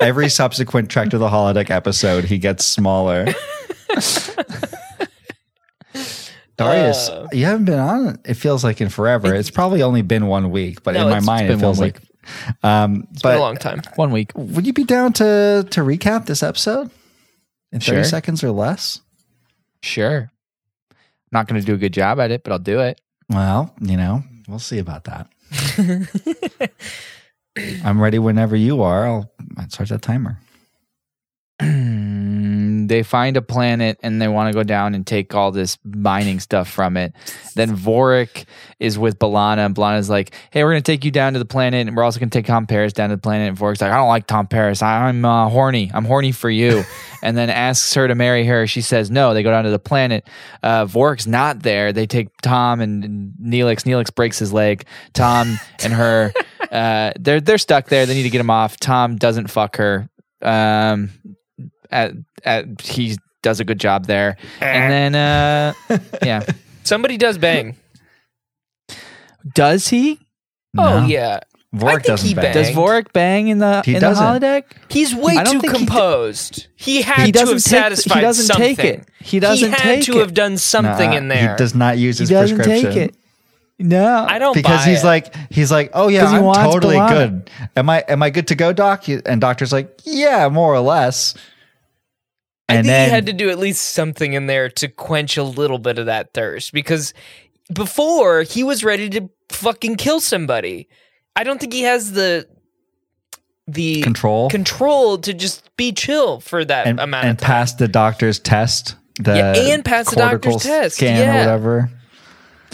[SPEAKER 3] every subsequent track to the holodeck episode he gets smaller Darius,
[SPEAKER 2] Uh.
[SPEAKER 3] you haven't been on. It feels like in forever. It's probably only been one week, but
[SPEAKER 2] No,
[SPEAKER 3] in my
[SPEAKER 2] it's- it's
[SPEAKER 3] mind,
[SPEAKER 1] been
[SPEAKER 3] it feels
[SPEAKER 1] one
[SPEAKER 3] like. Um,
[SPEAKER 2] for a
[SPEAKER 3] but
[SPEAKER 2] long time.
[SPEAKER 1] One week.
[SPEAKER 3] would you be down to to recap this episode in thirty
[SPEAKER 1] Sure.
[SPEAKER 3] seconds or less?
[SPEAKER 1] Sure. I'm not gonna do a good job at it, but I'll do it.
[SPEAKER 3] Well, you know, we'll see about that. I'm ready whenever you are. I'll I'll start that timer.
[SPEAKER 1] Mm, they find a planet and they want to go down and take all this mining stuff from it. Then Vorik is with Balana, and Balana's like, "Hey, we're gonna take you down to the planet, and we're also gonna take Tom Paris down to the planet." And Vorik's like, "I don't like Tom Paris. I- I'm uh, horny. I'm horny for you." and then asks her to marry her. She says no. They go down to the planet. Uh, Vorik's not there. They take Tom and, and Neelix. Neelix breaks his leg. Tom and her. Uh, they're they're stuck there. They need to get him off. Tom doesn't fuck her. Um, at, at he does a good job there.
[SPEAKER 3] Eh.
[SPEAKER 1] And then uh yeah.
[SPEAKER 2] Somebody does bang.
[SPEAKER 1] Does he?
[SPEAKER 2] Oh yeah, I
[SPEAKER 3] Vork
[SPEAKER 2] think
[SPEAKER 3] doesn't
[SPEAKER 2] he
[SPEAKER 3] bang.
[SPEAKER 1] Does
[SPEAKER 2] Banged.
[SPEAKER 1] Vorik bang in the
[SPEAKER 3] He
[SPEAKER 1] in the
[SPEAKER 3] doesn't.
[SPEAKER 1] holodeck?
[SPEAKER 2] he's way
[SPEAKER 1] I don't
[SPEAKER 2] too
[SPEAKER 1] think he d-
[SPEAKER 2] composed. He, had
[SPEAKER 1] He
[SPEAKER 2] to have
[SPEAKER 1] doesn't take- he
[SPEAKER 2] satisfied
[SPEAKER 1] doesn't
[SPEAKER 2] something.
[SPEAKER 1] take it. He doesn't
[SPEAKER 2] had
[SPEAKER 1] take
[SPEAKER 2] to
[SPEAKER 1] it.
[SPEAKER 2] have done something
[SPEAKER 3] Nuh-uh.
[SPEAKER 2] in there.
[SPEAKER 3] He does not use
[SPEAKER 1] He
[SPEAKER 3] his
[SPEAKER 1] doesn't
[SPEAKER 3] prescription.
[SPEAKER 1] take it. No.
[SPEAKER 2] I don't
[SPEAKER 3] because
[SPEAKER 2] buy
[SPEAKER 3] he's
[SPEAKER 2] it.
[SPEAKER 3] like he's like oh yeah
[SPEAKER 1] 'Cause he
[SPEAKER 3] I'm
[SPEAKER 1] wants
[SPEAKER 3] totally
[SPEAKER 1] B'Elanna.
[SPEAKER 3] good am I am I good to go doc and doctor's like yeah more or less
[SPEAKER 2] I
[SPEAKER 3] and
[SPEAKER 2] think
[SPEAKER 3] then
[SPEAKER 2] he had to do at least something in there to quench a little bit of that thirst because before he was ready to fucking kill somebody. I don't think he has the the
[SPEAKER 3] Control?
[SPEAKER 2] control to just be chill for that
[SPEAKER 3] and,
[SPEAKER 2] amount
[SPEAKER 3] and
[SPEAKER 2] of time.
[SPEAKER 3] pass the doctor's test the
[SPEAKER 2] Yeah, and pass the
[SPEAKER 3] cortical
[SPEAKER 2] doctor's test,
[SPEAKER 3] scan
[SPEAKER 2] yeah.
[SPEAKER 3] or whatever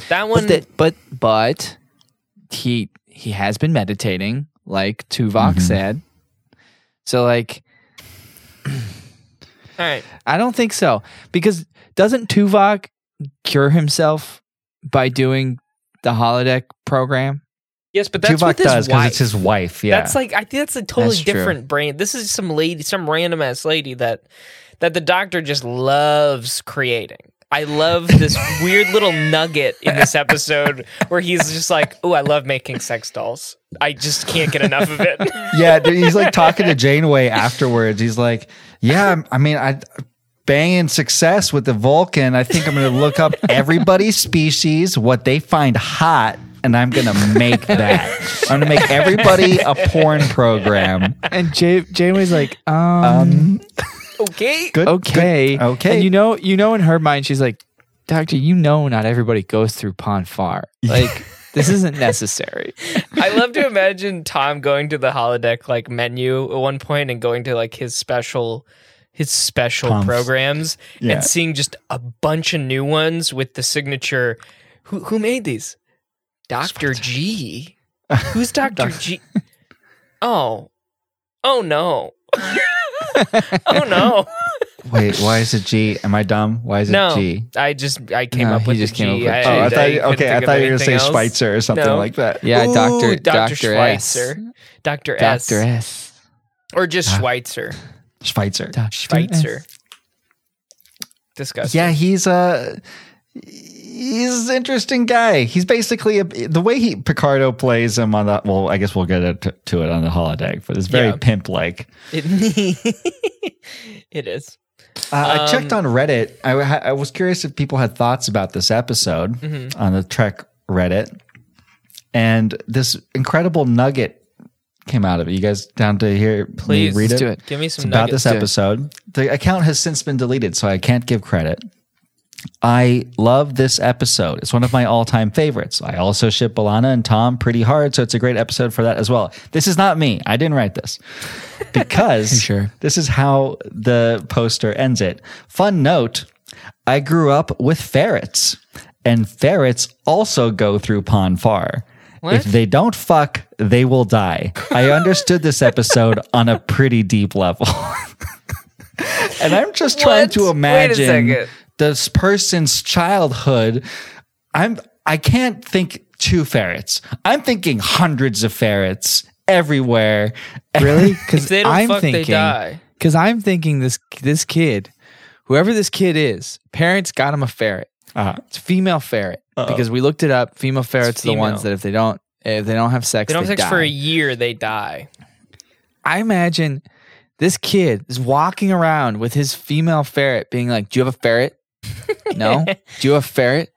[SPEAKER 2] that one
[SPEAKER 1] but, that, but but he he has been meditating like Tuvok
[SPEAKER 3] Mm-hmm.
[SPEAKER 1] said. So like
[SPEAKER 2] all right.
[SPEAKER 1] I don't think so because doesn't Tuvok cure himself by doing the holodeck program?
[SPEAKER 2] Yes, but that's
[SPEAKER 3] Tuvok
[SPEAKER 2] what with his
[SPEAKER 3] does
[SPEAKER 2] wife.
[SPEAKER 3] it's his wife yeah
[SPEAKER 2] That's like I think that's a totally
[SPEAKER 1] That's true.
[SPEAKER 2] different brain. This is some lady, some random ass lady that that the doctor just loves creating. I love this weird little nugget in this episode where he's just like, "Oh, I love making sex dolls. I just can't get enough of it."
[SPEAKER 3] yeah, dude, he's like talking to Janeway afterwards. He's like, "Yeah, I'm- I mean, I banging success with the Vulcan. I think I'm going to look up everybody's species, what they find hot, and I'm going to make that. I'm going to make everybody a porn program."
[SPEAKER 1] And Jay Janeway's like, um
[SPEAKER 2] okay.
[SPEAKER 3] Good.
[SPEAKER 1] okay,
[SPEAKER 3] good- okay.
[SPEAKER 1] And you know, you know, in her mind, she's like, "Doctor, you know, not everybody goes through Ponfar. Like, this isn't necessary."
[SPEAKER 2] I love to imagine Tom going to the holodeck like menu at one point and going to like his special his special
[SPEAKER 3] Prompts.
[SPEAKER 2] programs
[SPEAKER 3] Yeah.
[SPEAKER 2] and seeing just a bunch of new ones with the signature who who made these? Dr. G. Who's Dr. G? Oh. Oh no. oh no.
[SPEAKER 3] Wait, why is it G? Am I dumb? Why is it
[SPEAKER 2] No.
[SPEAKER 3] G?
[SPEAKER 2] I just I came
[SPEAKER 1] No,
[SPEAKER 2] up
[SPEAKER 1] he
[SPEAKER 2] with
[SPEAKER 1] just
[SPEAKER 2] the
[SPEAKER 1] came up
[SPEAKER 2] G.
[SPEAKER 1] with G.
[SPEAKER 3] Oh, I thought. You,
[SPEAKER 2] couldn't
[SPEAKER 3] okay, I
[SPEAKER 2] think of
[SPEAKER 3] thought you were going to
[SPEAKER 2] anything
[SPEAKER 3] say
[SPEAKER 2] else.
[SPEAKER 3] Schweitzer or something
[SPEAKER 2] No.
[SPEAKER 3] like that.
[SPEAKER 1] Yeah,
[SPEAKER 2] Ooh,
[SPEAKER 1] Doctor,
[SPEAKER 2] Dr.
[SPEAKER 1] Doctor
[SPEAKER 2] Schweitzer.
[SPEAKER 1] Schweitzer,
[SPEAKER 2] Dr. S.
[SPEAKER 1] Doctor S,
[SPEAKER 2] Or just Schweitzer.
[SPEAKER 3] Schweitzer.
[SPEAKER 1] Doctor
[SPEAKER 2] Schweitzer. Disgusting.
[SPEAKER 3] Yeah, he's a he's an interesting guy. He's basically a, the way he Picardo plays him on that. Well, I guess we'll get it to, to it on the holodeck, but it's very
[SPEAKER 2] Yeah.
[SPEAKER 3] pimp like.
[SPEAKER 2] It, it is.
[SPEAKER 3] Uh, I checked on Reddit. I, wa- I was curious if people had thoughts about this episode on the Trek Reddit, and this incredible nugget came out of it. You guys down to hear
[SPEAKER 2] Please,
[SPEAKER 3] me read
[SPEAKER 1] let's
[SPEAKER 3] it?
[SPEAKER 1] do it.
[SPEAKER 2] Give me some
[SPEAKER 3] It's about
[SPEAKER 2] nuggets.
[SPEAKER 3] this episode. The account has since been deleted, so I can't give credit. I love this episode. It's one of my all time favorites. I also ship Balana and Tom pretty hard, so it's a great episode for that as well. This is not me. I didn't write this. Because
[SPEAKER 1] sure?
[SPEAKER 3] this is how the poster ends it. Fun note I grew up with ferrets, and ferrets also go through Ponfar. If they don't fuck, they will die. I understood this episode on a pretty deep level. and I'm just trying
[SPEAKER 2] What?
[SPEAKER 3] to
[SPEAKER 2] Wait a
[SPEAKER 3] imagine
[SPEAKER 2] second.
[SPEAKER 3] this person's childhood. I'm I can't think two ferrets. I'm thinking hundreds of ferrets everywhere.
[SPEAKER 1] Really? Because
[SPEAKER 2] they don't
[SPEAKER 1] I'm
[SPEAKER 2] fuck, they
[SPEAKER 1] thinking,
[SPEAKER 2] die.
[SPEAKER 1] Because I'm thinking this this kid, whoever this kid is, parents got him a ferret.
[SPEAKER 3] Uh,
[SPEAKER 1] It's a female ferret because we looked it up. Female ferrets are the
[SPEAKER 2] female.
[SPEAKER 1] ones that if they don't if they don't have sex,
[SPEAKER 2] They don't have sex
[SPEAKER 1] die.
[SPEAKER 2] for a year, they die.
[SPEAKER 1] I imagine this kid is walking around with his female ferret, being like, "Do you have a ferret? no. Do you have a ferret?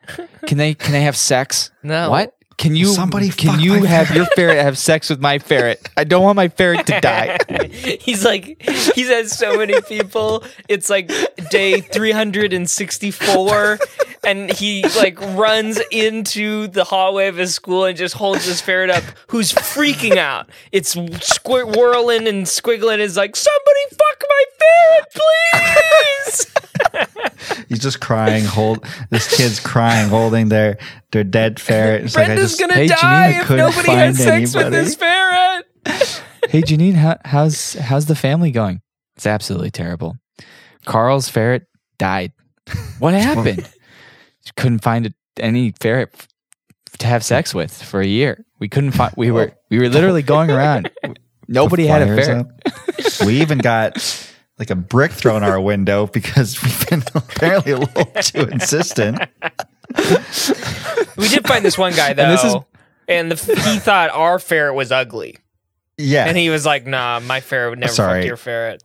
[SPEAKER 1] Can they can they have sex?
[SPEAKER 2] No.
[SPEAKER 1] What? Can you
[SPEAKER 3] somebody
[SPEAKER 1] can
[SPEAKER 3] fuck
[SPEAKER 1] you
[SPEAKER 3] my
[SPEAKER 1] have your ferret have sex with my ferret? I don't want my ferret to die.
[SPEAKER 2] He's like, he's had so many people. It's like day 364. and he like runs into the hallway of his school and just holds his ferret up, who's freaking out. It's squ- whirling and squiggling. Is like, somebody fuck my ferret, please.
[SPEAKER 3] He's just crying. Hold this kid's crying, holding their their dead ferret. It's like I
[SPEAKER 2] Brenda's
[SPEAKER 3] just
[SPEAKER 2] gonna
[SPEAKER 1] Hey,
[SPEAKER 2] die
[SPEAKER 1] Janine, I
[SPEAKER 2] if
[SPEAKER 1] couldn't
[SPEAKER 2] nobody has
[SPEAKER 3] find
[SPEAKER 2] sex with
[SPEAKER 3] anybody.
[SPEAKER 2] this ferret.
[SPEAKER 1] hey Janine, how, how's how's the family going? It's absolutely terrible. Carl's ferret died. What happened? couldn't find a, any ferret f- to have sex with for a year. We couldn't find. We were we were literally going around. Nobody had a
[SPEAKER 3] flyers
[SPEAKER 1] ferret.
[SPEAKER 3] up. we even got like a brick thrown our window because we've been apparently a little too insistent.
[SPEAKER 2] We did find this one guy though,
[SPEAKER 1] And
[SPEAKER 2] and,
[SPEAKER 1] this is-
[SPEAKER 2] the, he thought our ferret was ugly,
[SPEAKER 3] Yeah.
[SPEAKER 2] and he was like, "Nah, my ferret would never
[SPEAKER 3] Sorry.
[SPEAKER 2] fuck your ferret."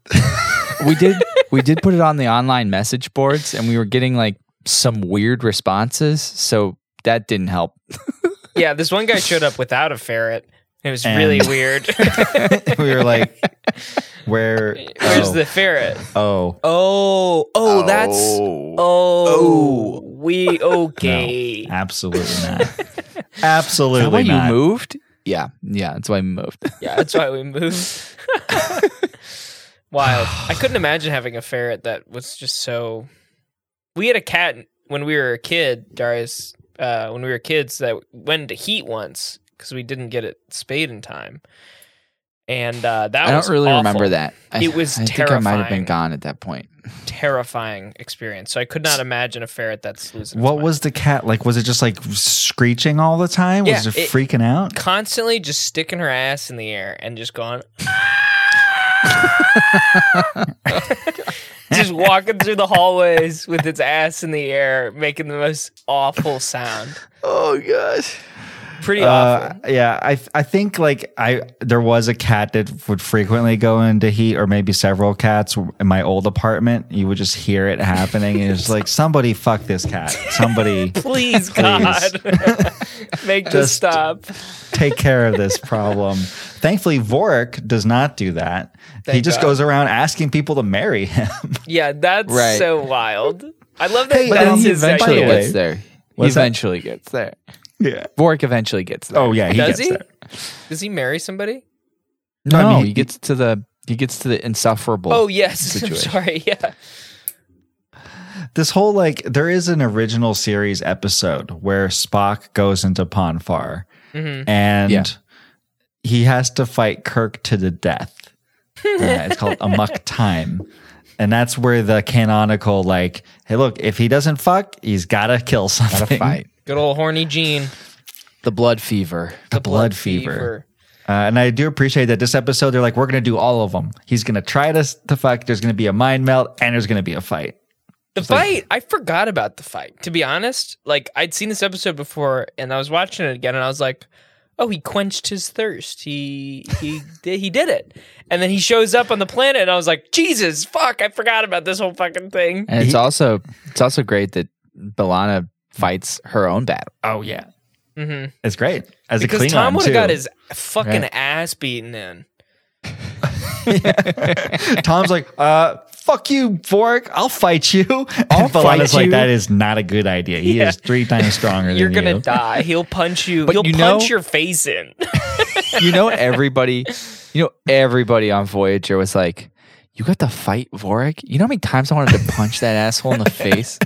[SPEAKER 1] We did we did put it on the online message boards, and we were getting like some weird responses. So that didn't help.
[SPEAKER 2] Yeah, this one guy showed up without a ferret. It was really
[SPEAKER 3] And-
[SPEAKER 2] weird.
[SPEAKER 3] we were like, where?
[SPEAKER 2] Where's
[SPEAKER 3] oh,
[SPEAKER 2] the ferret?
[SPEAKER 3] oh.
[SPEAKER 2] Oh, oh, that's oh,
[SPEAKER 1] oh.
[SPEAKER 2] we okay.
[SPEAKER 3] No,
[SPEAKER 1] Ah.
[SPEAKER 3] absolutely not. Absolutely
[SPEAKER 1] Is that why
[SPEAKER 3] not.
[SPEAKER 1] you moved? Yeah, yeah, that's why I moved.
[SPEAKER 2] Yeah, that's why we moved. Wild. I couldn't imagine having a ferret that was just so. We had a cat when we were a kid, Darius. Uh, when we were kids, that went into heat once because we didn't get it spayed in time, and uh, that
[SPEAKER 1] I
[SPEAKER 2] was
[SPEAKER 1] don't really
[SPEAKER 2] awful.
[SPEAKER 1] remember that. I,
[SPEAKER 2] It was
[SPEAKER 1] I think I might have
[SPEAKER 2] terrifying.
[SPEAKER 1] been gone at that point.
[SPEAKER 2] terrifying experience. So I could not imagine a ferret that's losing. its
[SPEAKER 3] What
[SPEAKER 2] mind.
[SPEAKER 3] was the cat like? Was it just like screeching all the time?
[SPEAKER 2] Yeah,
[SPEAKER 3] was it,
[SPEAKER 2] it-
[SPEAKER 3] freaking out?
[SPEAKER 2] constantly just sticking her ass in the air and just going just walking through the hallways with its ass in the air making the most awful sound
[SPEAKER 1] Oh gosh.
[SPEAKER 2] pretty
[SPEAKER 3] Uh,
[SPEAKER 2] awful
[SPEAKER 3] yeah, I I think like I there was a cat that would frequently go into heat, or maybe several cats in my old apartment. You would just hear it happening, and it's like somebody fuck this cat, somebody
[SPEAKER 2] please god make this
[SPEAKER 3] Just-
[SPEAKER 2] stop
[SPEAKER 3] take care of this problem. Thankfully, Vorik does not do that. he
[SPEAKER 2] Thank
[SPEAKER 3] just
[SPEAKER 2] God.
[SPEAKER 3] goes around asking people to marry him.
[SPEAKER 2] yeah that's
[SPEAKER 1] Right.
[SPEAKER 2] so wild i love that
[SPEAKER 3] Hey, but
[SPEAKER 1] But
[SPEAKER 2] that's
[SPEAKER 1] he
[SPEAKER 2] his
[SPEAKER 1] eventually
[SPEAKER 2] idea.
[SPEAKER 3] way-
[SPEAKER 1] gets there. He
[SPEAKER 3] What's that?
[SPEAKER 1] eventually gets there.
[SPEAKER 3] yeah.
[SPEAKER 1] Vork eventually gets there.
[SPEAKER 3] Oh yeah, he
[SPEAKER 2] does
[SPEAKER 3] gets
[SPEAKER 2] he
[SPEAKER 3] there.
[SPEAKER 2] does he marry somebody
[SPEAKER 1] no,
[SPEAKER 3] I mean,
[SPEAKER 1] he,
[SPEAKER 3] he-
[SPEAKER 1] gets to the he gets to the insufferable.
[SPEAKER 2] oh yes i'm
[SPEAKER 1] situation.
[SPEAKER 2] sorry yeah
[SPEAKER 3] This whole like there is an original series episode where Spock goes into Ponfar and
[SPEAKER 1] Yeah.
[SPEAKER 3] he has to fight Kirk to the death. Uh, it's called Amok Time. And that's where the canonical like, hey, look, if he doesn't fuck, he's gotta kill
[SPEAKER 1] gotta
[SPEAKER 3] something.
[SPEAKER 1] fight
[SPEAKER 2] good old horny gene
[SPEAKER 1] the blood fever.
[SPEAKER 3] The, blood, fever. Uh, and I do appreciate that this episode they're like, we're gonna do all of them. He's gonna try to, to fuck. There's gonna be a mind melt, and there's gonna be a fight.
[SPEAKER 2] The fight, I forgot about the fight. To be honest, like I'd seen this episode before, and I was watching it again, and I was like, "Oh, he quenched his thirst. He he did, he did it." And then he shows up on the planet, and I was like, "Jesus, fuck! I forgot about this whole fucking thing."
[SPEAKER 1] And it's also it's also great that Belana fights her own battle.
[SPEAKER 3] Oh yeah,
[SPEAKER 2] Mhm.
[SPEAKER 3] it's great. As
[SPEAKER 2] Because
[SPEAKER 3] a Klingon
[SPEAKER 2] Tom would
[SPEAKER 3] too.
[SPEAKER 2] have got his fucking
[SPEAKER 1] Right.
[SPEAKER 2] ass beaten in.
[SPEAKER 3] Tom's like, uh, fuck you, Fork. I'll fight you. And
[SPEAKER 1] I'll
[SPEAKER 3] Valana's
[SPEAKER 1] fight
[SPEAKER 3] like,
[SPEAKER 1] you.
[SPEAKER 3] that is not a good idea. He
[SPEAKER 2] Yeah.
[SPEAKER 3] is three times stronger
[SPEAKER 2] You're
[SPEAKER 3] than
[SPEAKER 2] gonna
[SPEAKER 3] you.
[SPEAKER 2] die. He'll punch you.
[SPEAKER 1] But
[SPEAKER 2] He'll
[SPEAKER 1] you
[SPEAKER 2] punch
[SPEAKER 1] know-
[SPEAKER 2] your face in.
[SPEAKER 1] You know everybody you know everybody on Voyager was like, You got to fight Vorik? You know how many times I wanted to punch that asshole in the face?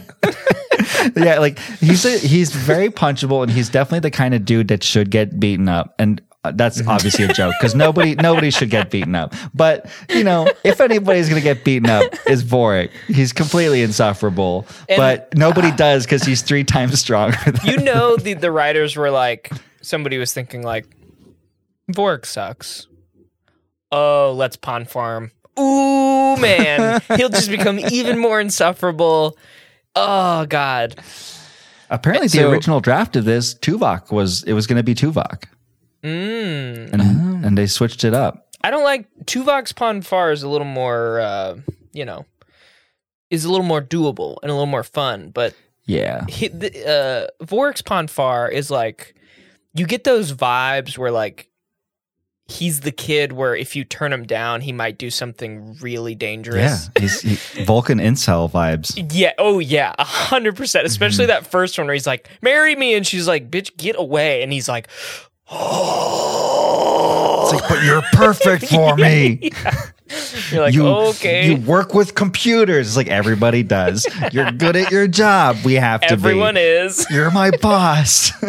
[SPEAKER 3] yeah, like he's a, he's very punchable, and he's definitely the kind of dude that should get beaten up. And uh, that's obviously a joke because nobody nobody should get beaten up. But you know, if anybody's gonna get beaten up, is Vorik. He's completely insufferable,
[SPEAKER 2] And-
[SPEAKER 3] but nobody does because he's three times stronger. Than
[SPEAKER 2] you know the the writers were like somebody was thinking like Vork sucks. Oh, let's pond farm. Ooh man, he'll just become even more insufferable. Oh god.
[SPEAKER 3] Apparently, the
[SPEAKER 1] So-
[SPEAKER 3] original draft of this Tuvok was it was going to be Tuvok,
[SPEAKER 2] Mm.
[SPEAKER 3] and and they switched it up.
[SPEAKER 2] I don't like Tuvok's pond far is a little more uh, you know, is a little more doable and a little more fun, but
[SPEAKER 3] Yeah.
[SPEAKER 2] he, the, uh, Vorix Ponfar is like you get those vibes where like he's the kid where if you turn him down, he might do something really
[SPEAKER 3] Yeah,
[SPEAKER 2] dangerous.
[SPEAKER 3] he's he, Vulcan incel vibes.
[SPEAKER 2] Yeah. oh yeah, a hundred percent. Especially that first one where he's like, "Marry me," and she's like, "Bitch, get away," and he's like, "Oh."
[SPEAKER 3] It's like, but you're perfect for me.
[SPEAKER 2] You're like,
[SPEAKER 3] you,
[SPEAKER 2] "Okay."
[SPEAKER 3] You work with computers. It's like everybody does. You're good at your job. We have to
[SPEAKER 2] Everyone
[SPEAKER 3] be.
[SPEAKER 2] is.
[SPEAKER 3] You're my boss.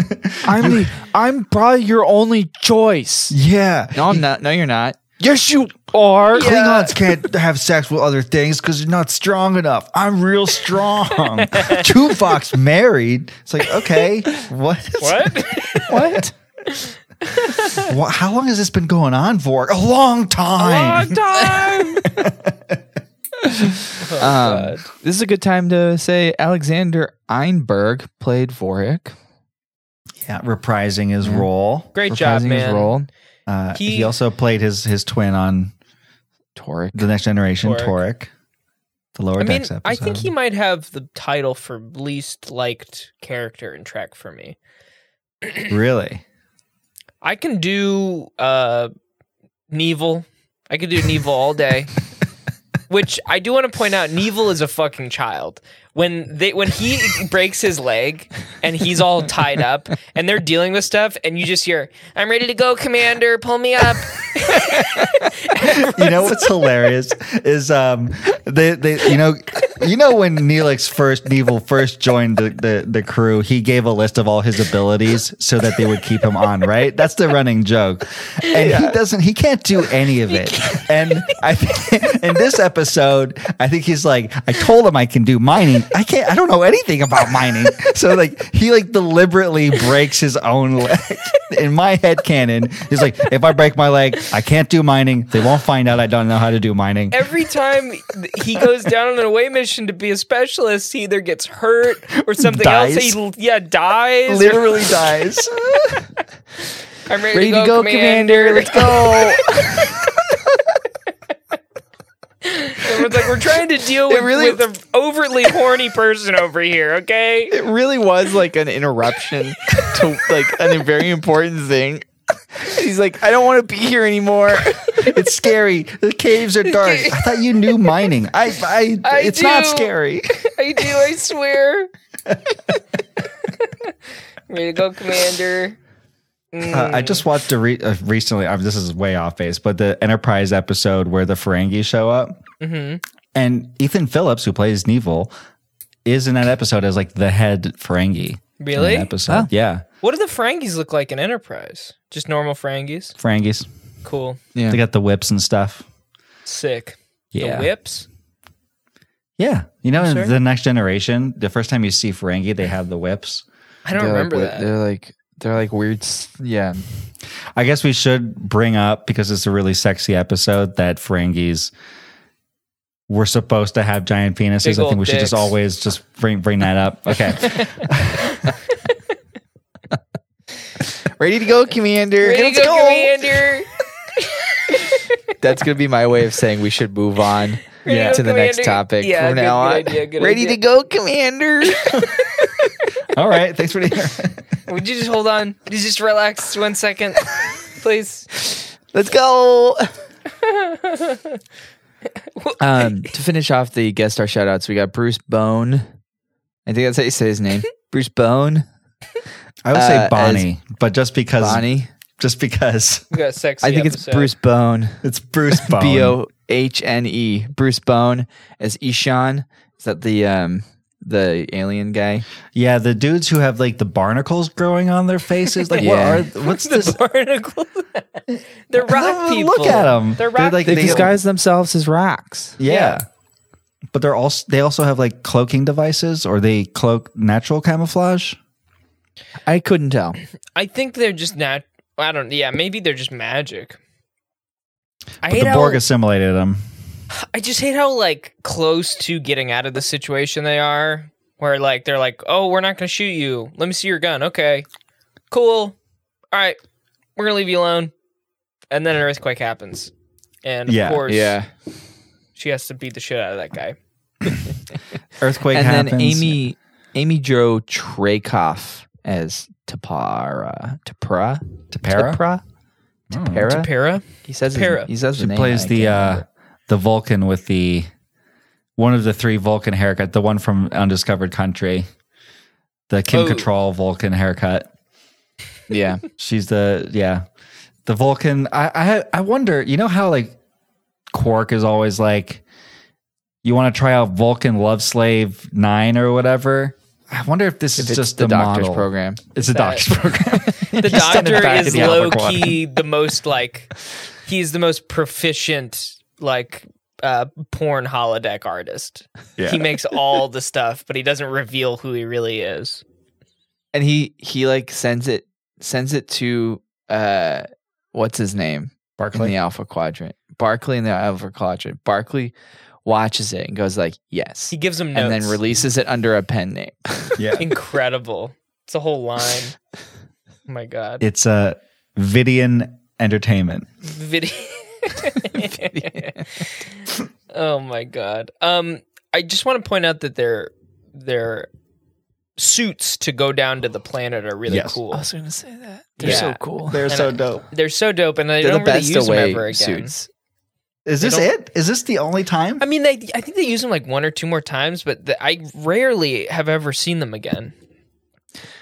[SPEAKER 1] I'm the, I'm probably your only choice.
[SPEAKER 3] yeah.
[SPEAKER 1] No, I'm not. No, you're not. Yes, you are.
[SPEAKER 3] Klingons can't have sex with other things because you're not strong enough. I'm real strong. Tuvok's married. It's like, okay, what?
[SPEAKER 2] What?
[SPEAKER 1] What?
[SPEAKER 3] Wha- How long has this been going on for? A long time.
[SPEAKER 2] Long time. Oh,
[SPEAKER 1] Um, this is a good time to say Alexander Einberg played Vorik.
[SPEAKER 3] yeah, reprising his role.
[SPEAKER 2] Great job,
[SPEAKER 1] reprising
[SPEAKER 2] man.
[SPEAKER 1] His role.
[SPEAKER 3] Uh, he,
[SPEAKER 2] He-
[SPEAKER 3] also played his his twin on
[SPEAKER 1] Toric.
[SPEAKER 3] the Next Generation, Torek,
[SPEAKER 2] Torek.
[SPEAKER 3] the Lower
[SPEAKER 2] I mean,
[SPEAKER 3] Decks episode.
[SPEAKER 2] I think he might have the title for least liked character in track for me.
[SPEAKER 3] really.
[SPEAKER 2] I can do uh Neville. I could do Neville all day. Which I do want to point out, Neville is a fucking child. When they when he breaks his leg and he's all tied up and they're dealing with stuff and you just hear, I'm ready to go, Commander, pull me up.
[SPEAKER 3] You know what's hilarious is um they they you know you know when Neelix first Neville first joined the, the the crew he gave a list of all his abilities so that they would keep him on right that's the running joke and he doesn't he can't do any of it and I think in this episode I think he's like I told him I can do mining I can't I don't know anything about mining so like he like deliberately breaks his own leg in my head canon he's like if I break my leg I can't do mining they won't find out I don't know how to do mining
[SPEAKER 2] Every time he goes down on an away mission to be a specialist, he either gets hurt or something else.
[SPEAKER 3] Dies.
[SPEAKER 2] He yeah, dies.
[SPEAKER 3] literally dies.
[SPEAKER 2] I'm ready, to, go, Commander.
[SPEAKER 1] Let's go.
[SPEAKER 2] Everyone's like, we're trying to deal with,
[SPEAKER 1] really-
[SPEAKER 2] with an overtly horny person over here, okay?
[SPEAKER 1] it really was like an interruption to like a very important thing. And he's like, I don't want to be here anymore.
[SPEAKER 3] It's scary. The caves are dark. I thought you knew mining. I, I,
[SPEAKER 2] I
[SPEAKER 3] it's not
[SPEAKER 2] do.
[SPEAKER 3] scary.
[SPEAKER 2] I do, I swear. ready to go, Commander.
[SPEAKER 3] Uh, I just watched a re- uh, recently. Uh, this is way off base, but the Enterprise episode where the Ferengi show up,
[SPEAKER 2] Mm-hmm.
[SPEAKER 3] and Ethan Phillips, who plays Neville, is in that episode as like the head Ferengi. in that
[SPEAKER 2] Really?
[SPEAKER 3] Episode, yeah,
[SPEAKER 2] What do the Frangies look like in Enterprise? Just normal Frangies?
[SPEAKER 3] Ferengis.
[SPEAKER 2] Cool.
[SPEAKER 3] They got the whips and stuff.
[SPEAKER 2] Sick.
[SPEAKER 3] Yeah,
[SPEAKER 2] The whips?
[SPEAKER 3] yeah. You know, in
[SPEAKER 2] sure?
[SPEAKER 3] the next generation, the first time you see Ferengi, they have the whips.
[SPEAKER 2] I don't remember
[SPEAKER 1] like,
[SPEAKER 2] that.
[SPEAKER 1] They're like they're like weird. s- Yeah,
[SPEAKER 3] I guess we should bring up because it's a really sexy episode that Ferengis were supposed to have giant penises.
[SPEAKER 2] Big
[SPEAKER 3] I think
[SPEAKER 2] old
[SPEAKER 3] we should just
[SPEAKER 2] dicks.
[SPEAKER 3] always just bring bring that up. Okay,
[SPEAKER 1] ready to go, Commander.
[SPEAKER 2] Ready to
[SPEAKER 1] Let's
[SPEAKER 2] go,
[SPEAKER 1] go.
[SPEAKER 2] Commander.
[SPEAKER 1] That's gonna be my way of saying we should move on
[SPEAKER 2] Ready
[SPEAKER 1] to
[SPEAKER 2] go,
[SPEAKER 1] the next
[SPEAKER 2] Commander.
[SPEAKER 1] topic
[SPEAKER 2] Yeah,
[SPEAKER 1] from
[SPEAKER 2] good-
[SPEAKER 1] now
[SPEAKER 2] good
[SPEAKER 1] on.
[SPEAKER 2] idea, good
[SPEAKER 1] ready
[SPEAKER 2] idea.
[SPEAKER 1] to go, Commander.
[SPEAKER 3] all right. Thanks for the.
[SPEAKER 2] Would you just hold on? Would you just relax one second, please?
[SPEAKER 1] Let's go. um, to finish off the guest star shout outs, we got Bruce Bone. I think that's how you say his name. Bruce Bone.
[SPEAKER 3] I would say
[SPEAKER 1] Uh,
[SPEAKER 3] Bonnie, but just because
[SPEAKER 1] Bonnie.
[SPEAKER 3] just because
[SPEAKER 2] We got a sexy
[SPEAKER 1] I think
[SPEAKER 2] episode.
[SPEAKER 1] it's Bruce Bone.
[SPEAKER 3] it's Bruce Bone.
[SPEAKER 1] B O H N E. Bruce Bone as Ishan. Is that the um the alien guy?
[SPEAKER 3] Yeah, the dudes who have like the barnacles growing on their faces. Like,
[SPEAKER 1] Yeah.
[SPEAKER 3] what are what's this?
[SPEAKER 2] barnacles. They're rock
[SPEAKER 3] Look
[SPEAKER 2] people.
[SPEAKER 3] at 'em.
[SPEAKER 2] They're
[SPEAKER 3] They're
[SPEAKER 2] rock
[SPEAKER 3] like-
[SPEAKER 1] They
[SPEAKER 3] They-
[SPEAKER 1] disguise themselves as rocks.
[SPEAKER 3] Yeah. But they're also they also have like cloaking devices or they cloak natural camouflage.
[SPEAKER 1] I couldn't tell.
[SPEAKER 2] I think they're just not. I don't. Yeah, maybe they're just magic. I
[SPEAKER 3] But
[SPEAKER 2] hate
[SPEAKER 3] the
[SPEAKER 2] how,
[SPEAKER 3] Borg assimilated them.
[SPEAKER 2] I just hate how like close to getting out of the situation they are. Where like they're like, oh, we're not gonna shoot you. Let me see your gun. Okay, cool. All right, we're gonna leave you alone. And then an earthquake happens, and of
[SPEAKER 3] Yeah,
[SPEAKER 2] course, she has to beat the shit out of that guy.
[SPEAKER 3] Earthquake
[SPEAKER 1] and
[SPEAKER 3] happens.
[SPEAKER 1] then Amy Amy Jo Trakoff as Tapara. Tapara?
[SPEAKER 3] Tapera?
[SPEAKER 1] Tapra? Para?
[SPEAKER 2] Tapera?
[SPEAKER 1] He says his-
[SPEAKER 2] Para.
[SPEAKER 1] he says the
[SPEAKER 3] Hmm. She
[SPEAKER 1] name,
[SPEAKER 3] plays
[SPEAKER 1] I
[SPEAKER 3] the
[SPEAKER 1] can't
[SPEAKER 3] uh,
[SPEAKER 1] remember.
[SPEAKER 3] the Vulcan with the one of the three Vulcan haircut, the one from Undiscovered Country, the Kim
[SPEAKER 2] Oh.
[SPEAKER 3] Cattrall Vulcan haircut.
[SPEAKER 1] yeah.
[SPEAKER 3] She's the yeah, the Vulcan. I I, I wonder. You know how like Quark is always like, you want to try out Vulcan Love Slave Nine or whatever. I wonder if this
[SPEAKER 1] If
[SPEAKER 3] is
[SPEAKER 1] it's
[SPEAKER 3] just
[SPEAKER 1] the,
[SPEAKER 3] the
[SPEAKER 1] doctor's
[SPEAKER 3] model.
[SPEAKER 1] program.
[SPEAKER 3] It's a
[SPEAKER 2] that-
[SPEAKER 3] doctor's program.
[SPEAKER 2] The
[SPEAKER 3] He's standing
[SPEAKER 2] doctor
[SPEAKER 3] back in
[SPEAKER 2] is
[SPEAKER 3] the
[SPEAKER 2] low
[SPEAKER 3] upper quadrant.
[SPEAKER 2] key the most like he's the most proficient like uh porn holodeck artist. He makes all the stuff, but he doesn't reveal who he really is.
[SPEAKER 1] And he he like sends it sends it to uh what's his name?
[SPEAKER 3] Barclay?
[SPEAKER 1] in the Alpha Quadrant. Barkley in the Alpha Quadrant. Barkley watches it and goes like, "Yes."
[SPEAKER 2] He gives him
[SPEAKER 1] and
[SPEAKER 2] notes.
[SPEAKER 1] then releases it under a pen name.
[SPEAKER 3] Yeah.
[SPEAKER 2] Incredible. It's a whole line. Oh my god.
[SPEAKER 3] It's a uh, Vidian Entertainment.
[SPEAKER 2] Video. oh my god. Um I just want to point out that their their suits to go down to the planet are really
[SPEAKER 3] Yes.
[SPEAKER 2] cool.
[SPEAKER 1] going to say that.
[SPEAKER 2] They're so
[SPEAKER 1] cool.
[SPEAKER 3] They're
[SPEAKER 2] so
[SPEAKER 3] dope.
[SPEAKER 2] They're so dope, and they
[SPEAKER 1] They're
[SPEAKER 2] don't
[SPEAKER 1] the best
[SPEAKER 2] really use them
[SPEAKER 1] away
[SPEAKER 2] ever again.
[SPEAKER 1] suits.
[SPEAKER 3] Is this
[SPEAKER 2] don't-
[SPEAKER 3] it? Is this the only time?
[SPEAKER 2] I mean, they I think they use them like one or two more times, but the, I rarely have ever seen them again.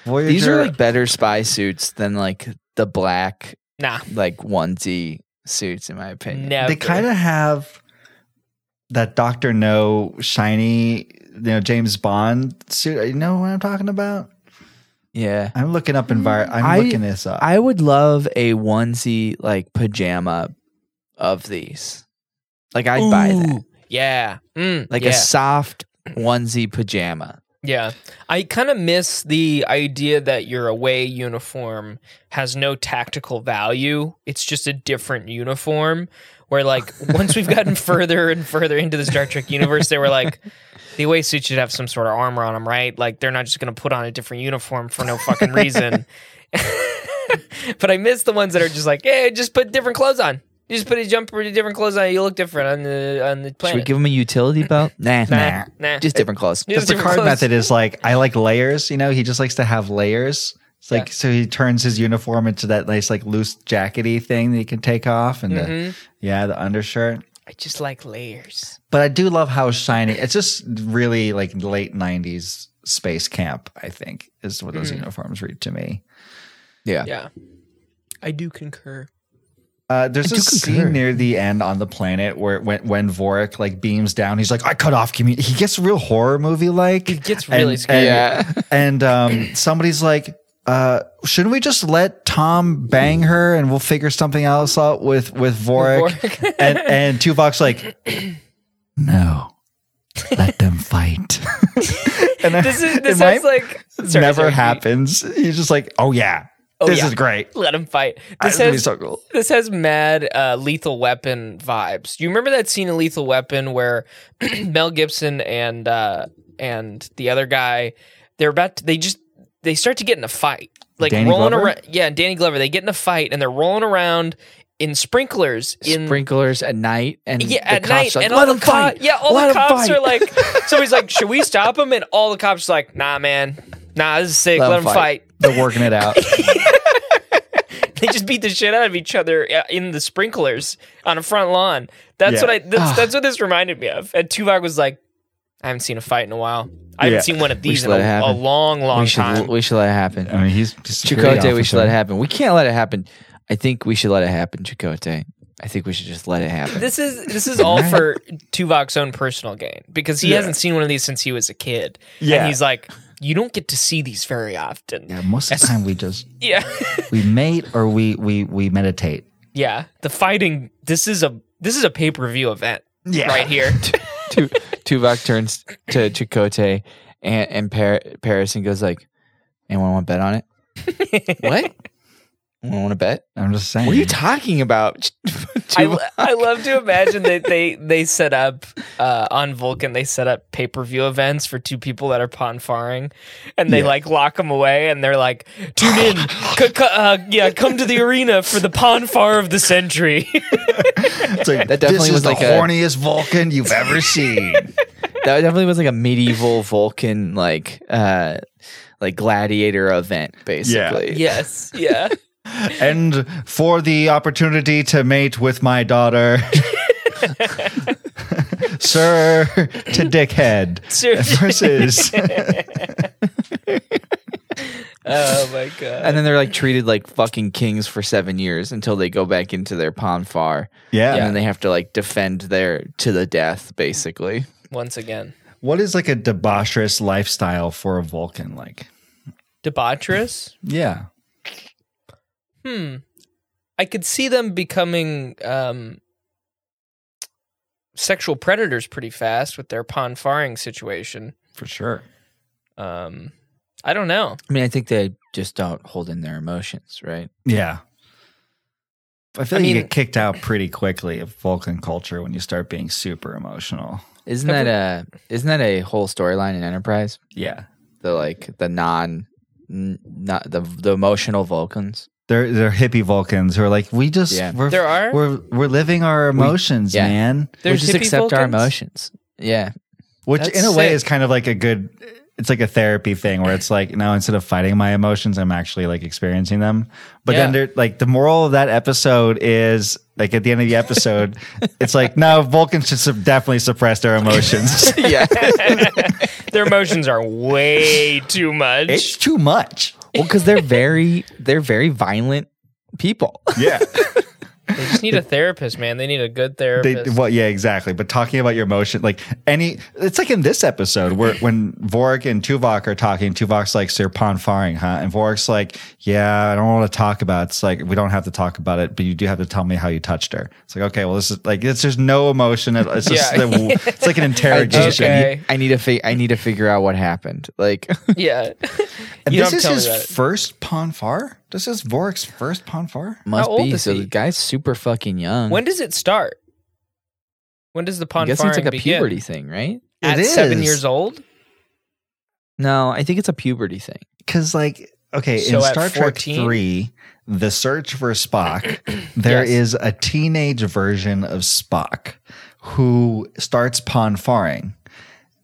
[SPEAKER 3] Voyager.
[SPEAKER 1] These are like better spy suits than like the black
[SPEAKER 2] Nah,
[SPEAKER 1] like onesie suits, in my opinion.
[SPEAKER 2] never.
[SPEAKER 3] they kind of have that Doctor No shiny, you know, James Bond suit. You know what I'm talking about?
[SPEAKER 1] Yeah.
[SPEAKER 3] I'm looking up environment. I'm
[SPEAKER 1] I-
[SPEAKER 3] looking this up.
[SPEAKER 1] I would love a onesie like pajama of these. Like I'd buy that.
[SPEAKER 2] Ooh, Yeah, Mm,
[SPEAKER 1] Like
[SPEAKER 2] yeah.
[SPEAKER 1] a soft onesie pajama.
[SPEAKER 2] Yeah. I kind of miss the idea that your away uniform has no tactical value. It's just a different uniform. Where, like, once we've gotten further and further into the Star Trek universe, they were like, the away suit should have some sort of armor on them, right? Like, they're not just going to put on a different uniform for no fucking reason. but I miss the ones that are just like, hey, just put different clothes on. You just put a jumper, different clothes on. You look different on the on the
[SPEAKER 1] Should we
[SPEAKER 2] planet.
[SPEAKER 1] give them a utility belt? Nah, nah,
[SPEAKER 2] Nah, nah.
[SPEAKER 1] Just different clothes.
[SPEAKER 2] Just
[SPEAKER 3] the
[SPEAKER 2] different
[SPEAKER 3] Picard
[SPEAKER 2] clothes.
[SPEAKER 3] method is like I like layers. You know, he just likes to have layers. It's like so he turns his uniform into that nice like loose jackety thing that he can take off, and the, yeah, the undershirt.
[SPEAKER 2] I just like layers.
[SPEAKER 3] But I do love how shiny. It's just really like late '90s space camp. I think is what those uniforms read to me.
[SPEAKER 1] Yeah.
[SPEAKER 2] Yeah. I do concur.
[SPEAKER 3] Uh, there's
[SPEAKER 1] I
[SPEAKER 3] a
[SPEAKER 1] do concur.
[SPEAKER 3] scene near the end on the planet where when when Vorik like beams down, he's like, "I cut off community." He gets real horror movie like. It
[SPEAKER 2] gets really scary.
[SPEAKER 1] Yeah.
[SPEAKER 3] And um, somebody's like, uh, "Shouldn't we just let Tom bang her and we'll figure something else out with with Vorik?"
[SPEAKER 2] Vorik.
[SPEAKER 3] and and Tuvok's like, "No, let them fight." and I-
[SPEAKER 2] This is
[SPEAKER 3] it
[SPEAKER 2] this
[SPEAKER 3] might-
[SPEAKER 2] sounds like sorry,
[SPEAKER 3] never
[SPEAKER 2] sorry.
[SPEAKER 3] happens. He's just like, "Oh yeah, this
[SPEAKER 2] yeah.
[SPEAKER 3] is great."
[SPEAKER 2] Let him fight. This
[SPEAKER 3] This is gonna be
[SPEAKER 2] has
[SPEAKER 3] so cool.
[SPEAKER 2] this has mad uh, lethal weapon vibes. You remember that scene in Lethal Weapon where Mel Gibson and uh, and the other guy they're about to, they just they start to get in a fight. Like
[SPEAKER 3] Danny
[SPEAKER 2] rolling
[SPEAKER 3] Glover?
[SPEAKER 2] around yeah, Danny Glover, they get in a fight and they're rolling around in sprinklers in
[SPEAKER 1] Sprinklers at night and
[SPEAKER 2] yeah,
[SPEAKER 1] the
[SPEAKER 2] at
[SPEAKER 1] cops
[SPEAKER 2] night,
[SPEAKER 1] are like,
[SPEAKER 2] and
[SPEAKER 1] "Let
[SPEAKER 2] all the
[SPEAKER 1] them
[SPEAKER 2] cops,
[SPEAKER 1] fight.
[SPEAKER 2] yeah, all
[SPEAKER 1] Let
[SPEAKER 2] the
[SPEAKER 1] 'em
[SPEAKER 2] cops
[SPEAKER 1] fight."
[SPEAKER 2] are like, somebody's like, should we stop him? And all the cops are like, nah, man, nah, this is sick. Let,
[SPEAKER 1] 'em
[SPEAKER 2] him fight.
[SPEAKER 3] They're working it out.
[SPEAKER 2] They just beat the shit out of each other uh, in the sprinklers on a front lawn. That's
[SPEAKER 3] Yeah.
[SPEAKER 2] what I. That's, that's what this reminded me of. And Tuvok was like, I haven't seen a fight in a while. I haven't
[SPEAKER 3] Yeah.
[SPEAKER 2] seen one of these
[SPEAKER 1] should
[SPEAKER 2] in
[SPEAKER 1] let it
[SPEAKER 2] a, a
[SPEAKER 1] happen.
[SPEAKER 2] long, long
[SPEAKER 1] we should
[SPEAKER 2] time.
[SPEAKER 1] we should let it happen.
[SPEAKER 3] I mean, he's he's a security
[SPEAKER 1] Chakotay, we should
[SPEAKER 3] officer.
[SPEAKER 1] let it happen. We can't let it happen. I think we should let it happen, Chakotay. I think we should just let it happen.
[SPEAKER 2] this is this is all for Tuvok's own personal gain because he hasn't seen one of these since he was a kid.
[SPEAKER 3] Yeah.
[SPEAKER 2] and he's like, you don't get to see these very often.
[SPEAKER 3] Yeah, most of the time we just
[SPEAKER 2] yeah.
[SPEAKER 3] we mate or we we we meditate.
[SPEAKER 2] Yeah, the fighting. This is a this is a pay per view event. right here.
[SPEAKER 1] Tu- Tuvok turns to Chakotay and, and Par- Paris and goes like, "Anyone want to bet on it? what? Anyone want to bet?
[SPEAKER 3] I'm just saying.
[SPEAKER 1] What are you talking about?"
[SPEAKER 2] I, I love to imagine that they they set up uh, on Vulcan. They set up pay per view events for two people that are pon faring, and they like lock them away, and they're like, "Tune in, c- c- uh, yeah, come to the arena for the pon far of the century."
[SPEAKER 3] It's like,
[SPEAKER 1] That definitely
[SPEAKER 3] this
[SPEAKER 1] was
[SPEAKER 3] is
[SPEAKER 1] like
[SPEAKER 3] the
[SPEAKER 1] a-
[SPEAKER 3] horniest Vulcan you've ever seen.
[SPEAKER 1] that definitely was like a medieval Vulcan like uh like gladiator event basically.
[SPEAKER 2] yes, yeah.
[SPEAKER 3] and for the opportunity to mate with my daughter. Sir to dickhead
[SPEAKER 2] Sir-
[SPEAKER 3] versus
[SPEAKER 2] Oh my god.
[SPEAKER 1] And then they're like treated like fucking kings for seven years until they go back into their Ponfar.
[SPEAKER 3] Yeah.
[SPEAKER 1] And then they have to like defend their to the death, basically.
[SPEAKER 2] Once again.
[SPEAKER 3] what is like a debaucherous lifestyle for a Vulcan like?
[SPEAKER 2] Debaucherous?
[SPEAKER 3] Yeah.
[SPEAKER 2] Hmm. I could see them becoming um sexual predators pretty fast with their pond faring situation.
[SPEAKER 3] For sure.
[SPEAKER 2] Um I don't know.
[SPEAKER 1] I mean, I think they just don't hold in their emotions, right?
[SPEAKER 3] Yeah. I feel
[SPEAKER 2] I
[SPEAKER 3] like you
[SPEAKER 2] mean-
[SPEAKER 3] get kicked out pretty quickly of Vulcan culture when you start being super emotional.
[SPEAKER 1] Isn't that a isn't that a whole storyline in Enterprise?
[SPEAKER 3] Yeah.
[SPEAKER 1] The like the non n- not the the emotional Vulcans.
[SPEAKER 3] They're they're hippie Vulcans who are like, we just
[SPEAKER 1] Yeah.
[SPEAKER 3] we're
[SPEAKER 2] There are?
[SPEAKER 3] we're we're living our emotions,
[SPEAKER 1] yeah.
[SPEAKER 3] man.
[SPEAKER 1] They
[SPEAKER 2] There's
[SPEAKER 1] just
[SPEAKER 2] hippie
[SPEAKER 1] accept our
[SPEAKER 2] Vulcans?
[SPEAKER 1] emotions. Yeah.
[SPEAKER 3] Which
[SPEAKER 2] That's
[SPEAKER 3] in a way
[SPEAKER 2] sick.
[SPEAKER 3] is kind of like a good it's like a therapy thing where it's like now instead of fighting my emotions, I'm actually like experiencing them. But then
[SPEAKER 2] Yeah.
[SPEAKER 3] there like the moral of that episode is like at the end of the episode, it's like no Vulcans should sup- definitely suppress their emotions.
[SPEAKER 1] Yeah.
[SPEAKER 2] Their emotions are way too much.
[SPEAKER 3] it's too much.
[SPEAKER 1] well, because they're very they're very violent people.
[SPEAKER 3] Yeah.
[SPEAKER 2] They just need a therapist, man. They need a good therapist.
[SPEAKER 3] They, well, yeah, exactly. But talking about your emotion, like any, it's like in this episode where when Vorik and Tuvok are talking, Tuvok's like, "Sir Pon Faring, huh?" And Vorik's like, "Yeah, I don't want to talk about." It. It's like we don't have to talk about it, but you do have to tell me how you touched her. It's like, okay, well, this is like it's there's no emotion at all. It's just
[SPEAKER 2] Yeah.
[SPEAKER 3] the, it's like an interrogation.
[SPEAKER 2] Okay.
[SPEAKER 1] I need to fi- I need to figure out what happened. Like
[SPEAKER 2] yeah.
[SPEAKER 3] And
[SPEAKER 2] You
[SPEAKER 3] this
[SPEAKER 2] don't
[SPEAKER 3] is
[SPEAKER 2] tell me
[SPEAKER 3] his
[SPEAKER 2] that.
[SPEAKER 3] first Pon Far. This is Vorik's first Pon Far.
[SPEAKER 1] must
[SPEAKER 2] old
[SPEAKER 1] be
[SPEAKER 2] is
[SPEAKER 1] so
[SPEAKER 2] he?
[SPEAKER 1] the guy's super fucking young.
[SPEAKER 2] when does it start? When does
[SPEAKER 1] I
[SPEAKER 2] the pond
[SPEAKER 1] guess it's like a
[SPEAKER 2] begin?
[SPEAKER 1] puberty thing, right?
[SPEAKER 2] At
[SPEAKER 3] It
[SPEAKER 2] seven
[SPEAKER 3] is.
[SPEAKER 2] years old?
[SPEAKER 1] No, I think it's a puberty thing.
[SPEAKER 3] because like okay in
[SPEAKER 2] So at
[SPEAKER 3] star trek
[SPEAKER 2] 14?
[SPEAKER 3] 3 the search for spock there
[SPEAKER 2] Yes.
[SPEAKER 3] is a teenage version of spock who starts pawn faring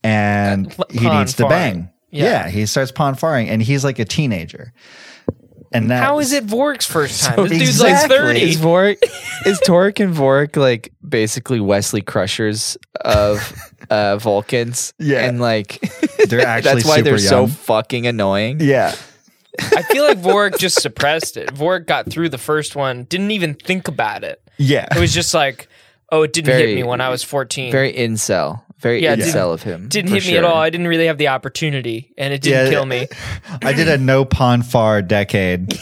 [SPEAKER 3] and
[SPEAKER 2] Uh,
[SPEAKER 3] he needs to
[SPEAKER 2] pawn-faring.
[SPEAKER 3] bang yeah.
[SPEAKER 2] Yeah.
[SPEAKER 3] he starts pawn faring and he's like a teenager and that
[SPEAKER 2] How is it Vork's first time? this dude's
[SPEAKER 3] Exactly.
[SPEAKER 2] like 30.
[SPEAKER 1] Is Vorik is Torek and Vorik like basically Wesley Crushers of uh Vulcans?
[SPEAKER 3] Yeah.
[SPEAKER 1] And like
[SPEAKER 3] They're actually
[SPEAKER 1] that's why they're
[SPEAKER 3] super
[SPEAKER 1] so
[SPEAKER 3] young.
[SPEAKER 1] fucking annoying.
[SPEAKER 3] yeah
[SPEAKER 2] I feel like Vorik just suppressed it. Vorik got through the first one, didn't even think about it.
[SPEAKER 3] yeah
[SPEAKER 2] It was just like, oh, it didn't
[SPEAKER 1] Very-
[SPEAKER 2] hit me when I was 14.
[SPEAKER 1] Very incel. Very
[SPEAKER 2] Yeah, it
[SPEAKER 1] incel
[SPEAKER 2] didn't-
[SPEAKER 1] of him.
[SPEAKER 2] didn't
[SPEAKER 1] for
[SPEAKER 2] hit me at
[SPEAKER 1] sure.
[SPEAKER 2] all. I didn't really have the opportunity, and it didn't
[SPEAKER 3] Yeah.
[SPEAKER 2] kill me.
[SPEAKER 3] I did a no pawn far decade.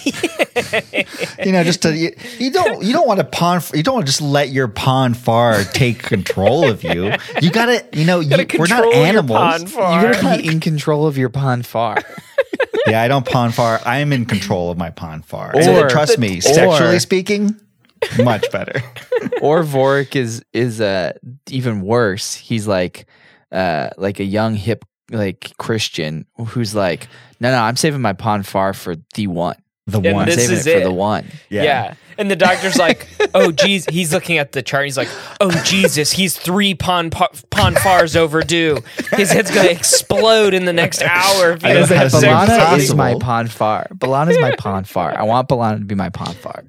[SPEAKER 3] you know, just to you, you don't you don't want to pawn you don't want to just let your pawn far take control of you. You gotta you know you,
[SPEAKER 2] Gotta
[SPEAKER 3] we're not
[SPEAKER 2] control your
[SPEAKER 3] animals.
[SPEAKER 2] Ponfar.
[SPEAKER 1] You gotta be in control of your Ponfar.
[SPEAKER 3] yeah, I don't pawn far. I'm in control of my pawn far.
[SPEAKER 1] Or-
[SPEAKER 3] trust me, sexually speaking, much better.
[SPEAKER 1] or Vorik is is uh even worse. He's like uh like a young hip like Christian who's like, no, no, I'm saving my pawn far for the one.
[SPEAKER 3] The
[SPEAKER 2] And
[SPEAKER 3] one.
[SPEAKER 1] I'm
[SPEAKER 2] This
[SPEAKER 1] saving
[SPEAKER 2] is
[SPEAKER 1] it for
[SPEAKER 2] it.
[SPEAKER 1] the one.
[SPEAKER 2] Yeah. And the doctor's like, oh, geez. He's looking at the chart. He's like, oh, Jesus, he's three pon, pon fars overdue. His head's going to explode in the next hour. If he
[SPEAKER 3] I don't
[SPEAKER 2] doesn't have
[SPEAKER 3] have some
[SPEAKER 2] sex
[SPEAKER 3] Balana
[SPEAKER 1] Balana
[SPEAKER 2] with
[SPEAKER 3] possible.
[SPEAKER 1] is my pawn far. Balana is my pawn far. I want Balana to be my pawn far.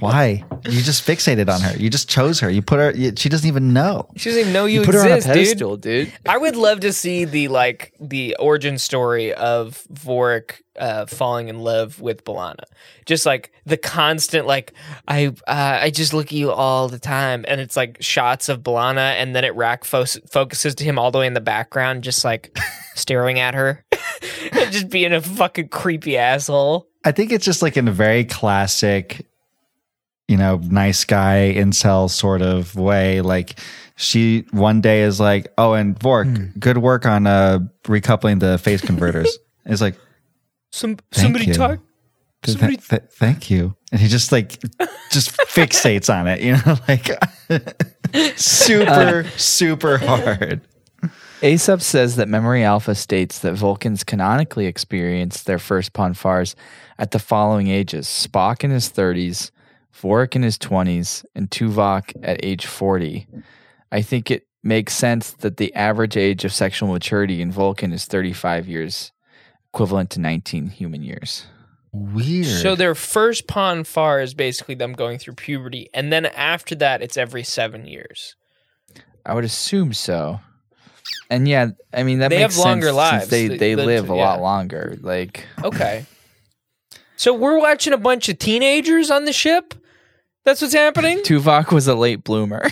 [SPEAKER 3] Why? You just fixated on her. You just chose her. You put her you, she doesn't even know.
[SPEAKER 2] She doesn't even know you,
[SPEAKER 1] put her on a
[SPEAKER 2] exist, dude.
[SPEAKER 1] pedestal, dude.
[SPEAKER 2] I would love to see the like the origin story of Vorik uh, falling in love with Balana. Just like the constant like I uh, I just look at you all the time, and it's like shots of Balana, and then it rack fo- focuses to him all the way in the background, just like staring at her, and just being a fucking creepy asshole.
[SPEAKER 3] I think it's just like in a very classic, you know, nice guy incel sort of way. Like she one day is like, "Oh, and Vork, good work on uh recoupling the phase converters." And it's like,
[SPEAKER 2] Some
[SPEAKER 3] Thank
[SPEAKER 2] somebody
[SPEAKER 3] you.
[SPEAKER 2] talk.
[SPEAKER 3] "Th-
[SPEAKER 2] Somebody-
[SPEAKER 3] th- th- "Thank you," and he just like just fixates on it, you know, like super super hard.
[SPEAKER 1] Aesop says that Memory Alpha states that Vulcans canonically experience their first Ponfars at the following ages Spock in his 30s, Vorik in his 20s, and Tuvok at age 40. I think it makes sense that the average age of sexual maturity in Vulcan is 35 years, equivalent to 19 human years.
[SPEAKER 3] Weird.
[SPEAKER 2] So their first pon far is basically them going through puberty, and then after that, it's every seven years.
[SPEAKER 1] I would assume so. And yeah, I mean that
[SPEAKER 2] They
[SPEAKER 1] makes
[SPEAKER 2] have longer
[SPEAKER 1] sense
[SPEAKER 2] lives.
[SPEAKER 1] Since they
[SPEAKER 2] They-
[SPEAKER 1] they
[SPEAKER 2] that's-
[SPEAKER 1] live a
[SPEAKER 2] yeah.
[SPEAKER 1] lot longer. Like
[SPEAKER 2] Okay. so we're watching a bunch of teenagers on the ship. That's what's happening.
[SPEAKER 1] Tuvok was a late bloomer.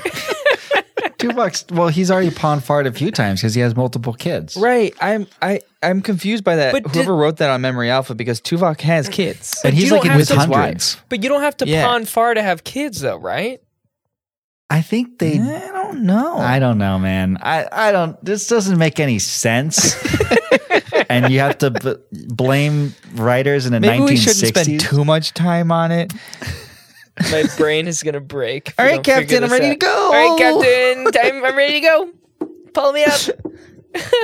[SPEAKER 3] Two bucks. Well, he's already pawn farted a few times because he has multiple kids.
[SPEAKER 1] right. I'm I I'm confused by that.
[SPEAKER 2] But
[SPEAKER 1] Whoever
[SPEAKER 2] did-
[SPEAKER 1] wrote that on Memory Alpha because Tuvok has kids.
[SPEAKER 3] And he's
[SPEAKER 2] you
[SPEAKER 3] like
[SPEAKER 2] don't
[SPEAKER 3] in his
[SPEAKER 2] have to-
[SPEAKER 3] hundreds.
[SPEAKER 2] But you don't have to
[SPEAKER 1] Yeah.
[SPEAKER 2] pawn far to have kids, though, right?
[SPEAKER 3] I think they.
[SPEAKER 1] I don't know.
[SPEAKER 3] I don't know, man. I, I don't. This doesn't make any sense. and you have to b- blame writers in the
[SPEAKER 1] Maybe
[SPEAKER 3] 1960s.
[SPEAKER 1] we shouldn't spend too much time on it.
[SPEAKER 2] My brain is gonna break. if
[SPEAKER 1] All
[SPEAKER 2] we
[SPEAKER 1] right,
[SPEAKER 2] don't figure
[SPEAKER 1] Captain, I'm
[SPEAKER 2] this
[SPEAKER 1] ready
[SPEAKER 2] out.
[SPEAKER 1] to go.
[SPEAKER 2] All right, Captain, time, I'm ready to go. Pull me up.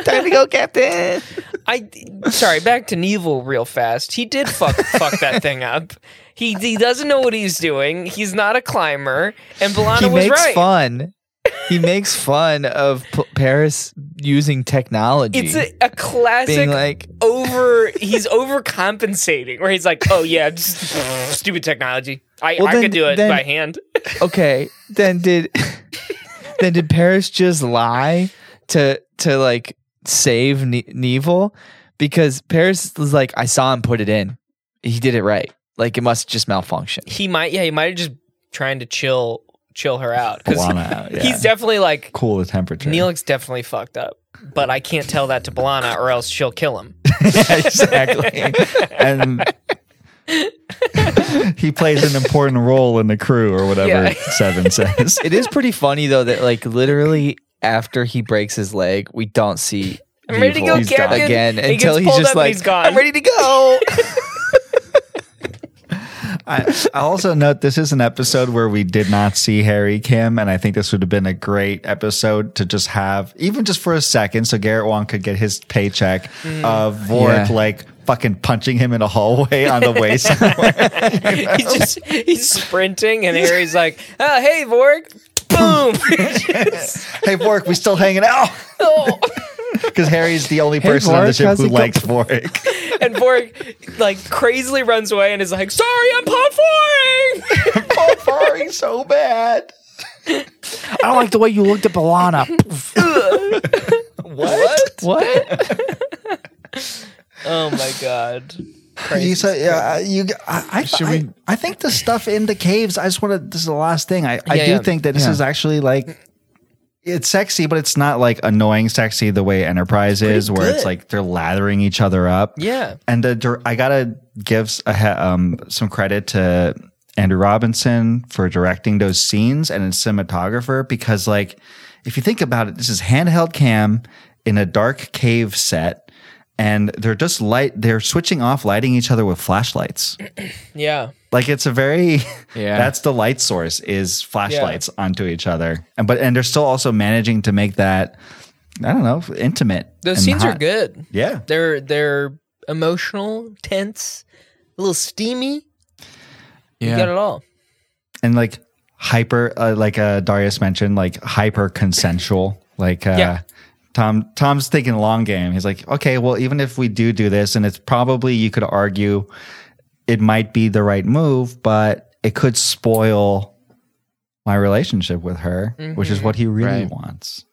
[SPEAKER 1] Time to go, Captain.
[SPEAKER 2] I sorry. Back to Neville real fast. He did fuck fuck that thing up. He he doesn't know what he's doing. He's not a climber, and Bellana
[SPEAKER 1] he
[SPEAKER 2] was
[SPEAKER 1] makes
[SPEAKER 2] right.
[SPEAKER 1] fun. He makes fun of P- Paris using technology.
[SPEAKER 2] It's a, a classic
[SPEAKER 1] being like,
[SPEAKER 2] over. He's overcompensating, where he's like, "Oh yeah, just, stupid technology. I,
[SPEAKER 1] Well,
[SPEAKER 2] I
[SPEAKER 1] then-
[SPEAKER 2] could do it
[SPEAKER 1] then-
[SPEAKER 2] by hand."
[SPEAKER 1] okay, then did then did Paris just lie to to like save ne- Neville because Paris was like, I saw him put it in. He did it right. Like it must just malfunction.
[SPEAKER 2] He might, yeah, he might have just trying to chill chill her out because
[SPEAKER 3] Blana out, yeah.
[SPEAKER 2] he's definitely like
[SPEAKER 3] cool the temperature.
[SPEAKER 2] Neelix definitely fucked up, but I can't tell that to Balana or else she'll kill him.
[SPEAKER 3] exactly. and he plays an important role in the crew or whatever
[SPEAKER 2] Yeah.
[SPEAKER 3] Seven says.
[SPEAKER 1] It is pretty funny though that like literally after he breaks his leg, we don't see
[SPEAKER 2] I'm ready to go,
[SPEAKER 1] Neville
[SPEAKER 2] Captain.
[SPEAKER 1] again
[SPEAKER 2] He gets
[SPEAKER 1] until he's
[SPEAKER 2] pulled
[SPEAKER 1] just
[SPEAKER 2] up and
[SPEAKER 1] like
[SPEAKER 2] he's gone.
[SPEAKER 1] I'm ready to go.
[SPEAKER 3] I, I also note this is an episode where we did not see Harry Kim, and I think this would have been a great episode to just have, even just for a second, so Garrett Wong could get his paycheck of Vorik
[SPEAKER 1] Mm. Yeah.
[SPEAKER 3] like fucking punching him in a hallway on the way somewhere.
[SPEAKER 2] he's just he's sprinting, and Harry's like, oh, "Hey, Vorg." Boom!
[SPEAKER 3] hey Vorik, we still hanging out?
[SPEAKER 2] Oh.
[SPEAKER 3] Because Harry's the only person on the
[SPEAKER 1] Vorik,
[SPEAKER 3] ship
[SPEAKER 1] how's
[SPEAKER 3] who
[SPEAKER 1] it go-
[SPEAKER 3] likes Vorik.
[SPEAKER 2] and Vorg like crazily runs away and is like, "Sorry, I'm pop
[SPEAKER 3] oh, Vorik's so bad.
[SPEAKER 1] I don't like the way you looked at Balana.
[SPEAKER 2] What?
[SPEAKER 1] what?
[SPEAKER 2] Oh my god!
[SPEAKER 3] You said, yeah, you. I, I, I, I think the stuff in the caves. I just want to. This is the last thing. I, I
[SPEAKER 2] Yeah,
[SPEAKER 3] do
[SPEAKER 2] yeah.
[SPEAKER 3] think that this
[SPEAKER 1] Yeah.
[SPEAKER 3] is actually like. It's sexy, but it's not like annoying sexy the way Enterprise is, where it's
[SPEAKER 2] good.
[SPEAKER 3] like they're lathering each other up.
[SPEAKER 2] Yeah.
[SPEAKER 3] and the dir- I gotta give s- a, he- um, some credit to Andrew Robinson for directing those scenes and his cinematographer because, like, if you think about it, this is handheld cam in a dark cave set, and they're just light. They're switching off, lighting each other with flashlights.
[SPEAKER 2] Yeah.
[SPEAKER 3] Like it's a very
[SPEAKER 1] Yeah.
[SPEAKER 3] That's the light source is flashlights onto each other, and but and they're still also managing to make that I don't know intimate.
[SPEAKER 2] Those
[SPEAKER 3] and
[SPEAKER 2] scenes are
[SPEAKER 3] hot.
[SPEAKER 2] good.
[SPEAKER 3] Yeah,
[SPEAKER 2] They're they're emotional, tense, a little steamy. You got it all.
[SPEAKER 3] and like hyper uh, like uh darius mentioned like hyper consensual like uh
[SPEAKER 2] Yeah.
[SPEAKER 3] tom tom's thinking long game he's like okay well even if we do do this and it's probably you could argue it might be the right move but it could spoil my relationship with her which
[SPEAKER 2] Mm-hmm.
[SPEAKER 3] is what he really
[SPEAKER 1] Right.
[SPEAKER 3] wants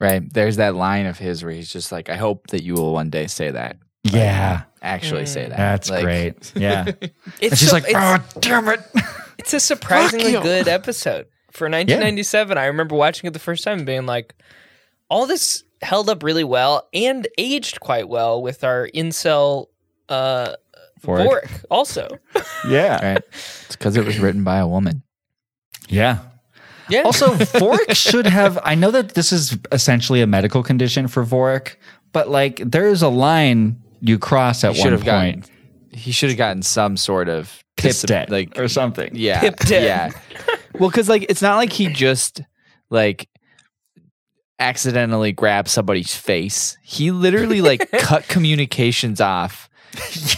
[SPEAKER 1] Right. There's that line of his where he's just like, I hope that you will one day say that.
[SPEAKER 3] yeah
[SPEAKER 1] Actually
[SPEAKER 2] Mm.
[SPEAKER 1] say that.
[SPEAKER 3] that's
[SPEAKER 1] Like,
[SPEAKER 3] great yeah
[SPEAKER 2] It's
[SPEAKER 3] and she's
[SPEAKER 2] so-
[SPEAKER 3] like
[SPEAKER 2] it's-
[SPEAKER 3] oh damn it
[SPEAKER 2] It's a surprisingly good episode for 1997. I remember watching it the first time and being like, all this held up really well and aged quite well with our incel uh,
[SPEAKER 3] Vork.
[SPEAKER 2] Vork also.
[SPEAKER 3] yeah
[SPEAKER 1] Right. It's because it was written by a woman.
[SPEAKER 3] yeah
[SPEAKER 2] Yeah.
[SPEAKER 3] Also, Vorik should have. I know that this is essentially a medical condition for Vorik, but like there is a line you cross at
[SPEAKER 1] He should
[SPEAKER 3] one
[SPEAKER 1] have
[SPEAKER 3] point.
[SPEAKER 1] gotten he should have gotten some sort of
[SPEAKER 3] Pip
[SPEAKER 1] dis-
[SPEAKER 3] debt
[SPEAKER 1] like
[SPEAKER 3] or something.
[SPEAKER 1] yeah.
[SPEAKER 2] Pip debt.
[SPEAKER 1] Yeah. Well, cause like it's not like he just like accidentally grabbed somebody's face. He literally like cut communications off.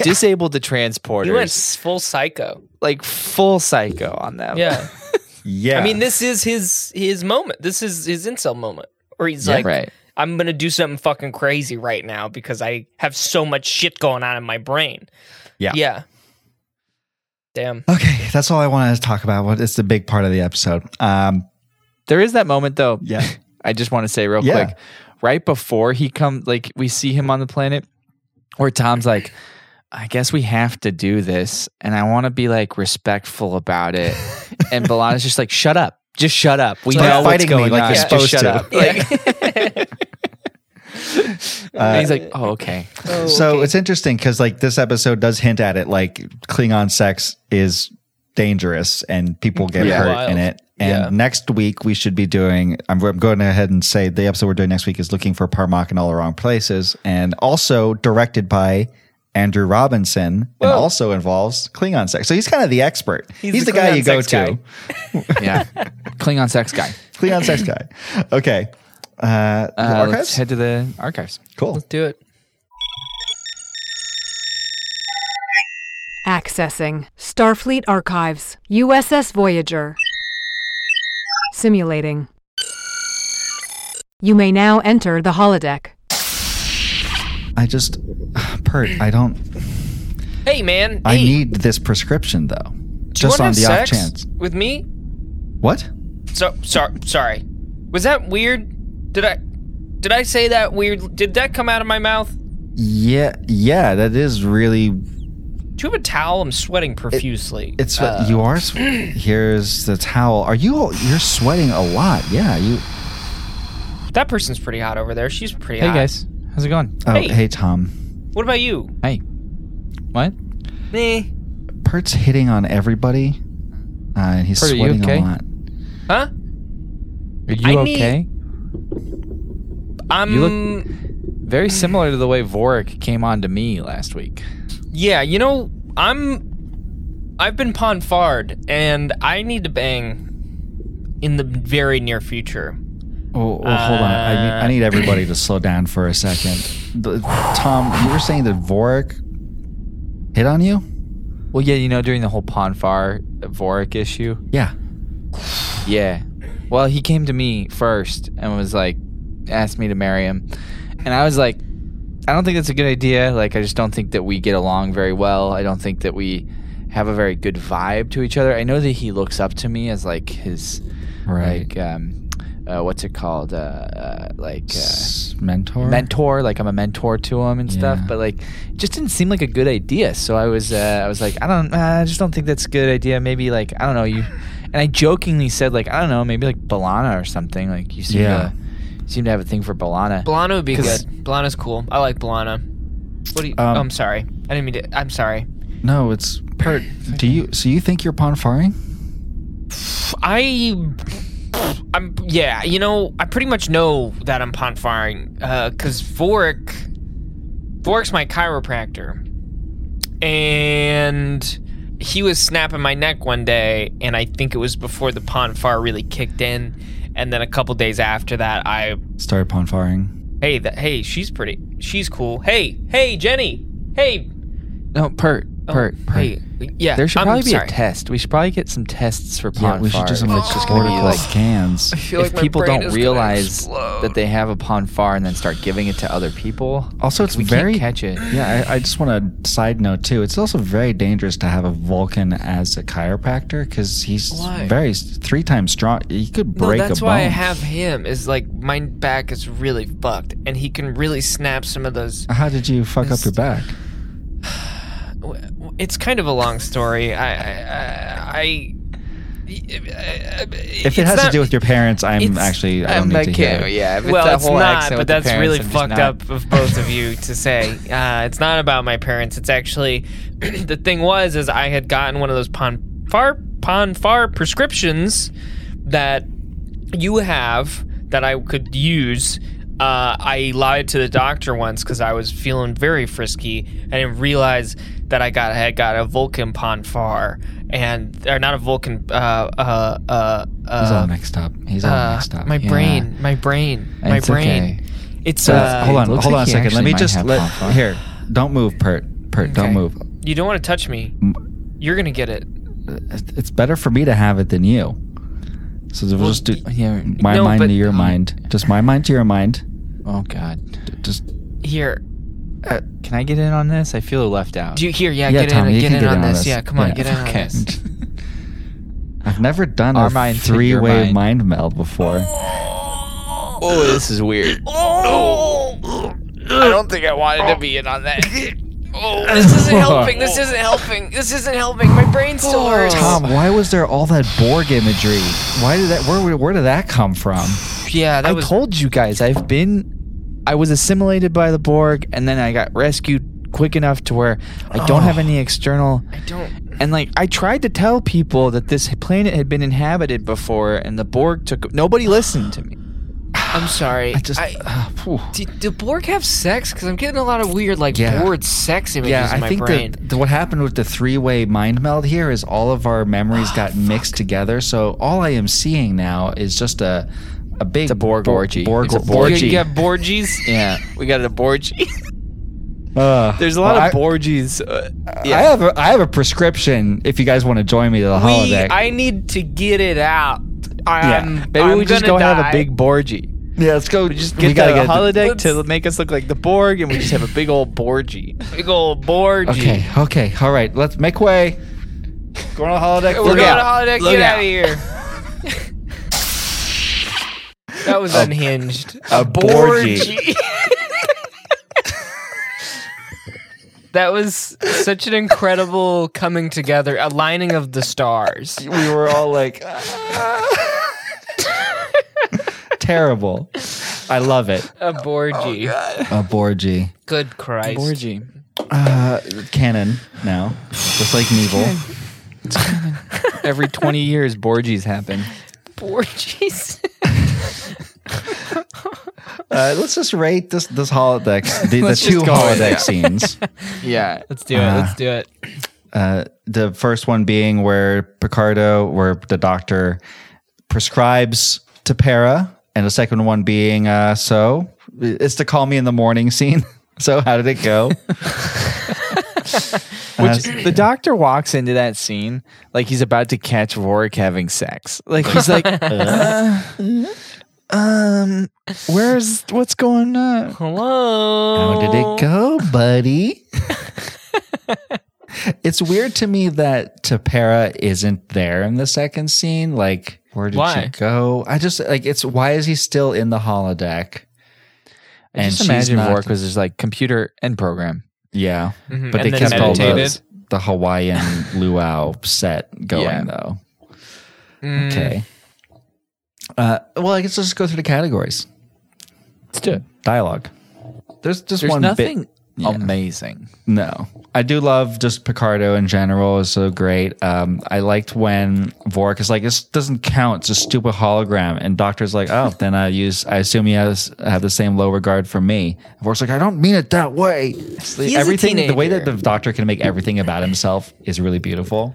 [SPEAKER 1] Disabled the transporters,
[SPEAKER 2] he went full psycho.
[SPEAKER 1] like full psycho on them.
[SPEAKER 2] Yeah.
[SPEAKER 3] Yeah.
[SPEAKER 2] I mean, this is his his moment. This is his incel moment. Where he's
[SPEAKER 1] Yeah.
[SPEAKER 2] like,
[SPEAKER 1] Right.
[SPEAKER 2] I'm going to do something fucking crazy right now because I have so much shit going on in my brain.
[SPEAKER 3] Yeah.
[SPEAKER 2] Yeah. Damn.
[SPEAKER 3] Okay, that's all I wanted to talk about. What it's the big part of the episode. Um,
[SPEAKER 1] There is that moment though.
[SPEAKER 3] Yeah.
[SPEAKER 1] I just want to say real
[SPEAKER 3] Yeah.
[SPEAKER 1] quick, right before he comes, like we see him on the planet, where Tom's like, I guess we have to do this, and I want to be like respectful about it, and Balana's just like, shut up, just shut up. We
[SPEAKER 3] Stop
[SPEAKER 1] know what's
[SPEAKER 3] fighting me
[SPEAKER 1] going
[SPEAKER 3] like
[SPEAKER 1] on.
[SPEAKER 3] you're
[SPEAKER 1] Just
[SPEAKER 3] supposed
[SPEAKER 1] shut
[SPEAKER 3] to."
[SPEAKER 1] up. Like, and he's
[SPEAKER 3] Uh,
[SPEAKER 1] like, oh okay.
[SPEAKER 3] so it's interesting because like this episode does hint at it. Like Klingon sex is dangerous and people get
[SPEAKER 1] Yeah.
[SPEAKER 3] hurt
[SPEAKER 2] Wild.
[SPEAKER 3] in it. And
[SPEAKER 2] Yeah.
[SPEAKER 3] next week we should be doing. I'm, I'm going ahead and say the episode we're doing next week is looking for Parmak in all the wrong places, and also directed by. Andrew Robinson, and also involves Klingon sex. So he's kind of the expert. He's, the,
[SPEAKER 2] the
[SPEAKER 3] guy
[SPEAKER 2] Klingon
[SPEAKER 3] you go
[SPEAKER 2] sex guy.
[SPEAKER 3] to.
[SPEAKER 1] Yeah, Klingon sex guy.
[SPEAKER 3] Klingon sex guy. Okay. Uh, the
[SPEAKER 1] Uh, let's
[SPEAKER 3] archives?
[SPEAKER 1] head to the archives.
[SPEAKER 3] Cool.
[SPEAKER 2] do it.
[SPEAKER 10] Accessing Starfleet Archives, USS Voyager. Simulating. You may now enter the holodeck.
[SPEAKER 3] I just, Pert, I don't,
[SPEAKER 2] Hey, man.
[SPEAKER 3] I
[SPEAKER 2] hey,
[SPEAKER 3] need this prescription though.
[SPEAKER 2] do you
[SPEAKER 3] Just
[SPEAKER 2] wanna
[SPEAKER 3] on
[SPEAKER 2] have
[SPEAKER 3] the off
[SPEAKER 2] sex
[SPEAKER 3] chance.
[SPEAKER 2] with me.
[SPEAKER 3] What?
[SPEAKER 2] So sorry. Sorry. Was that weird? Did I? Did I say that weird? Did that come out of my mouth?
[SPEAKER 3] Yeah, yeah, that is really,
[SPEAKER 2] Do you have a towel? I'm sweating profusely.
[SPEAKER 3] it's, you are, sw- here's the towel. Are you, you're sweating a lot. Yeah, you,
[SPEAKER 2] that person's pretty hot over there. She's pretty
[SPEAKER 1] Hey
[SPEAKER 2] hot.
[SPEAKER 1] guys, how's it going?
[SPEAKER 3] oh, hey,
[SPEAKER 2] Hey.
[SPEAKER 3] Tom.
[SPEAKER 2] What about you?
[SPEAKER 1] Hey, what?
[SPEAKER 2] Me?
[SPEAKER 3] Pert's hitting on everybody uh, and he's
[SPEAKER 1] Pert, are you
[SPEAKER 3] sweating
[SPEAKER 1] okay?
[SPEAKER 3] a lot.
[SPEAKER 2] Huh?
[SPEAKER 1] Are you
[SPEAKER 2] I need-
[SPEAKER 1] okay?
[SPEAKER 2] I'm.
[SPEAKER 1] look- Very similar to the way Vorik came on to me last week.
[SPEAKER 2] Yeah, you know, I'm. I've been ponfard, and I need to bang in the very near future.
[SPEAKER 3] Oh, well, hold on. I need, I need
[SPEAKER 2] Uh.
[SPEAKER 3] everybody to slow down for a second. The- Tom, you were saying that Vorik hit on you?
[SPEAKER 1] Well, yeah, you know, during the whole Ponfar Vorik issue.
[SPEAKER 3] Yeah.
[SPEAKER 2] Oh
[SPEAKER 1] Yeah. Well, he came to me first and was like, asked me to marry him. And I was like, I don't think that's a good idea. Like, I just don't think that we get along very well. I don't think that we have a very good vibe to each other. I know that he looks up to me as like his,
[SPEAKER 3] Right.
[SPEAKER 1] like, um, uh, what's it called? Uh, uh, like, uh,
[SPEAKER 3] S- mentor?
[SPEAKER 1] mentor like i'm a mentor to him and stuff
[SPEAKER 3] Yeah.
[SPEAKER 1] but like it just didn't seem like a good idea so i was uh, i was like i don't uh, i just don't think that's a good idea maybe like i don't know you and i jokingly said like i don't know maybe like balana or something like you seem
[SPEAKER 3] Yeah.
[SPEAKER 1] to you seem to have a thing for balana
[SPEAKER 2] Blana would be
[SPEAKER 1] 'Cause-
[SPEAKER 2] good. Blana's cool. I like Blana. What do you?
[SPEAKER 3] Um,
[SPEAKER 2] oh, I'm sorry. I didn't mean to. I'm sorry.
[SPEAKER 3] No, it's Pert. Do you so you think you're ponfaring?
[SPEAKER 2] I. I'm. Yeah, you know, I pretty much know that I'm ponfaring. Uh, cause Vorik. Vorik's my chiropractor. And. He was snapping my neck one day, and I think it was before the ponfar really kicked in. And then a couple days after that, I
[SPEAKER 3] Started ponfaring.
[SPEAKER 2] Hey, that hey, she's pretty. She's cool. Hey, hey, Jenny. Hey,
[SPEAKER 1] no pert
[SPEAKER 2] oh,
[SPEAKER 1] pert pert
[SPEAKER 2] Hey, yeah.
[SPEAKER 1] there should
[SPEAKER 2] I'm
[SPEAKER 1] probably be
[SPEAKER 2] sorry.
[SPEAKER 1] a test we should probably get some tests for
[SPEAKER 3] Yeah, we should
[SPEAKER 1] Ponfar
[SPEAKER 3] do some
[SPEAKER 1] if
[SPEAKER 3] like
[SPEAKER 1] it's just gonna be,
[SPEAKER 3] cortical
[SPEAKER 1] like,
[SPEAKER 3] scans.
[SPEAKER 2] I feel like
[SPEAKER 1] if
[SPEAKER 2] my
[SPEAKER 1] people
[SPEAKER 2] brain
[SPEAKER 1] don't
[SPEAKER 2] is gonna
[SPEAKER 1] realize
[SPEAKER 2] explode.
[SPEAKER 1] that they have a Ponfar and then start giving it to other people like,
[SPEAKER 3] Also, Oh, it's
[SPEAKER 1] we
[SPEAKER 3] very
[SPEAKER 1] can't catch it
[SPEAKER 3] Yeah, I, I just want to side note too. It's also very dangerous to have a Vulcan as a chiropractor because he's
[SPEAKER 2] Why?
[SPEAKER 3] very three times strong. He could
[SPEAKER 2] no,
[SPEAKER 3] break
[SPEAKER 2] that's
[SPEAKER 3] a bone.
[SPEAKER 2] why I have him. Is like my back is really fucked, and he can really snap some of those.
[SPEAKER 3] How did you fuck up your back?
[SPEAKER 2] It's kind of a long story. I, I, I. I
[SPEAKER 3] If it has to do with your parents, I'm
[SPEAKER 2] it's-
[SPEAKER 3] actually I don't
[SPEAKER 1] I'm
[SPEAKER 3] need
[SPEAKER 1] like,
[SPEAKER 3] to hear.
[SPEAKER 1] yeah,
[SPEAKER 3] it.
[SPEAKER 1] yeah. If it's
[SPEAKER 2] well,
[SPEAKER 1] that
[SPEAKER 2] it's
[SPEAKER 1] whole
[SPEAKER 2] not,
[SPEAKER 1] accent
[SPEAKER 2] but
[SPEAKER 1] with the
[SPEAKER 2] that's
[SPEAKER 1] parents,
[SPEAKER 2] really
[SPEAKER 1] I'm just
[SPEAKER 2] fucked
[SPEAKER 1] not-
[SPEAKER 2] up of both of you to say. Uh, it's not about my parents. It's actually the thing was is I had gotten one of those Ponfar Ponfar prescriptions that you have that I could use. Uh, I lied to the doctor once because I was feeling very frisky. I didn't realize that I got had got a Vulcan Ponfar and or not a Vulcan. Uh, uh, uh, uh,
[SPEAKER 3] He's all mixed up. He's all
[SPEAKER 2] uh,
[SPEAKER 3] mixed up.
[SPEAKER 2] my
[SPEAKER 3] Oh, yeah.
[SPEAKER 2] brain, my brain, my
[SPEAKER 1] It's
[SPEAKER 2] brain.
[SPEAKER 1] okay.
[SPEAKER 2] It's
[SPEAKER 3] So,
[SPEAKER 2] uh,
[SPEAKER 3] hold on,
[SPEAKER 1] it looks
[SPEAKER 3] hold on
[SPEAKER 1] like
[SPEAKER 3] a
[SPEAKER 1] he
[SPEAKER 3] second. Let
[SPEAKER 1] actually
[SPEAKER 3] me
[SPEAKER 1] might
[SPEAKER 3] just
[SPEAKER 1] have
[SPEAKER 3] let
[SPEAKER 1] Pomfar.
[SPEAKER 3] here. Don't move, Pert. Pert, don't
[SPEAKER 2] Okay.
[SPEAKER 3] move.
[SPEAKER 2] You don't want to touch me. You're gonna get it.
[SPEAKER 3] It's better for me to have it than you. So we'll, just do
[SPEAKER 1] Yeah. um,
[SPEAKER 3] my
[SPEAKER 2] no,
[SPEAKER 3] mind
[SPEAKER 2] but-
[SPEAKER 3] to your mind. Just my mind to your mind.
[SPEAKER 1] Oh God.
[SPEAKER 3] Just
[SPEAKER 2] Here,
[SPEAKER 1] Uh, can I get in on this? I feel left out.
[SPEAKER 2] Do you hear? Yeah,
[SPEAKER 3] Yeah,
[SPEAKER 2] get
[SPEAKER 3] Tommy,
[SPEAKER 2] in,
[SPEAKER 3] you
[SPEAKER 2] get
[SPEAKER 3] can
[SPEAKER 2] in, on, this. Yeah, come on,
[SPEAKER 3] Yeah,
[SPEAKER 2] get in on
[SPEAKER 1] okay.
[SPEAKER 2] this.
[SPEAKER 3] I've never done
[SPEAKER 1] Our
[SPEAKER 3] a
[SPEAKER 1] mind to your
[SPEAKER 3] three-way
[SPEAKER 1] mind.
[SPEAKER 3] mind. meld before.
[SPEAKER 1] Oh, this is weird. I don't think I wanted to be in on that.
[SPEAKER 2] This isn't helping. This isn't helping. This isn't helping. My brain still
[SPEAKER 10] Oh.
[SPEAKER 2] hurts.
[SPEAKER 3] Tom, why was there all that Borg imagery? Why did that? Where where did that come from?
[SPEAKER 2] Yeah, that
[SPEAKER 1] I
[SPEAKER 2] was.
[SPEAKER 1] told you guys I've been I was assimilated by the Borg and then I got rescued quick enough to where I don't have any external
[SPEAKER 2] Oh. I don't.
[SPEAKER 1] and like I tried to tell people that this planet had been inhabited before and the Borg took nobody listened to me.
[SPEAKER 2] I'm sorry.
[SPEAKER 3] I just.
[SPEAKER 2] I-
[SPEAKER 3] ah, phew.
[SPEAKER 2] Did, do Borg have sex? Because I'm getting a lot of weird, like,
[SPEAKER 3] Yeah.
[SPEAKER 2] bored sex images
[SPEAKER 3] yeah,
[SPEAKER 2] in my
[SPEAKER 3] I think
[SPEAKER 2] brain.
[SPEAKER 3] that that what happened with the three-way mind meld here is all of our memories
[SPEAKER 1] Ah,
[SPEAKER 3] got mixed together. So all I am seeing now is just a a big
[SPEAKER 1] a Borg
[SPEAKER 3] Bor-
[SPEAKER 1] orgy.
[SPEAKER 3] Borg,
[SPEAKER 1] It's a
[SPEAKER 3] Borg-
[SPEAKER 2] You, you got Borgies?
[SPEAKER 1] Yeah, we got a Borg.
[SPEAKER 3] Ugh.
[SPEAKER 1] There's a lot
[SPEAKER 3] Well, I-
[SPEAKER 1] of Borgies. Uh,
[SPEAKER 3] I have a, I have a prescription if you guys want to join me to the
[SPEAKER 2] we,
[SPEAKER 3] holodeck.
[SPEAKER 2] I need to get it out. I'm,
[SPEAKER 1] maybe
[SPEAKER 2] I'm
[SPEAKER 1] we just
[SPEAKER 2] gonna
[SPEAKER 1] go have
[SPEAKER 2] die.
[SPEAKER 1] a big Borgie.
[SPEAKER 3] yeah, let's go. Just
[SPEAKER 1] Get the holodeck
[SPEAKER 2] let's-
[SPEAKER 1] to make us look like the Borg, and we just have a big old Borgie.
[SPEAKER 2] big old Borgie.
[SPEAKER 3] Okay, okay, all right. Let's make way. Going on the holodeck.
[SPEAKER 2] We're
[SPEAKER 3] look
[SPEAKER 2] going
[SPEAKER 3] out.
[SPEAKER 2] to holodeck.
[SPEAKER 1] Look
[SPEAKER 2] get
[SPEAKER 1] out.
[SPEAKER 2] out of here. that
[SPEAKER 3] Oh.
[SPEAKER 2] was unhinged.
[SPEAKER 3] a Borgie.
[SPEAKER 2] That was such an incredible coming together, aligning of the stars.
[SPEAKER 3] We were all like, terrible. I love it.
[SPEAKER 2] A Borgie.
[SPEAKER 3] A Borgie.
[SPEAKER 2] Good Christ.
[SPEAKER 1] Borgie.
[SPEAKER 3] Uh, canon now, just like Neville.
[SPEAKER 1] Every 20 years, Borgies happen.
[SPEAKER 2] Borgies.
[SPEAKER 3] Uh, let's just rate this this holodeck, the, the
[SPEAKER 1] Let's
[SPEAKER 3] two
[SPEAKER 1] just go with
[SPEAKER 3] holodeck
[SPEAKER 1] it.
[SPEAKER 3] scenes.
[SPEAKER 1] Yeah.
[SPEAKER 2] Let's do it. Let's do it.
[SPEAKER 1] Ah.
[SPEAKER 3] Uh, the first one being where Picardo, where the doctor prescribes to Para, and the second one being uh, so it's the call me in the morning scene. So how did it go?
[SPEAKER 1] Which the doctor walks into that scene like he's about to catch Rorik having sex. Like he's like, uh, um, where's what's going on?
[SPEAKER 2] Hello.
[SPEAKER 3] How did it go, buddy? it's weird to me that Tapera isn't there in the second scene. Like, where did
[SPEAKER 2] Why?
[SPEAKER 3] she go? I just like it's why is he still in the holodeck?
[SPEAKER 1] I just
[SPEAKER 3] she's
[SPEAKER 1] imagine
[SPEAKER 3] not-
[SPEAKER 1] Rorik was just like computer and program.
[SPEAKER 3] Yeah.
[SPEAKER 2] Mhm,
[SPEAKER 3] But
[SPEAKER 2] and
[SPEAKER 3] they
[SPEAKER 2] then
[SPEAKER 3] kept all
[SPEAKER 2] meditated.
[SPEAKER 3] the, the Hawaiian luau set going
[SPEAKER 1] Yeah.
[SPEAKER 3] though.
[SPEAKER 2] Mm.
[SPEAKER 3] Okay. Uh, well, I guess let's just go through the categories.
[SPEAKER 1] Let's do it.
[SPEAKER 3] Dialogue. There's just
[SPEAKER 1] There's
[SPEAKER 3] one
[SPEAKER 1] nothing
[SPEAKER 3] bit. Yeah.
[SPEAKER 1] amazing.
[SPEAKER 3] No. I do love just Picardo in general is so great. Um, I liked when Vork is like, this doesn't count. It's a stupid hologram. And Doctor's like, oh, then I use, I assume you has, have the same low regard for me. And Vork's like, I don't mean it that way. It's like
[SPEAKER 2] He's a
[SPEAKER 3] everything, the way that the
[SPEAKER 2] teenager.
[SPEAKER 3] Doctor can make everything about himself is really beautiful.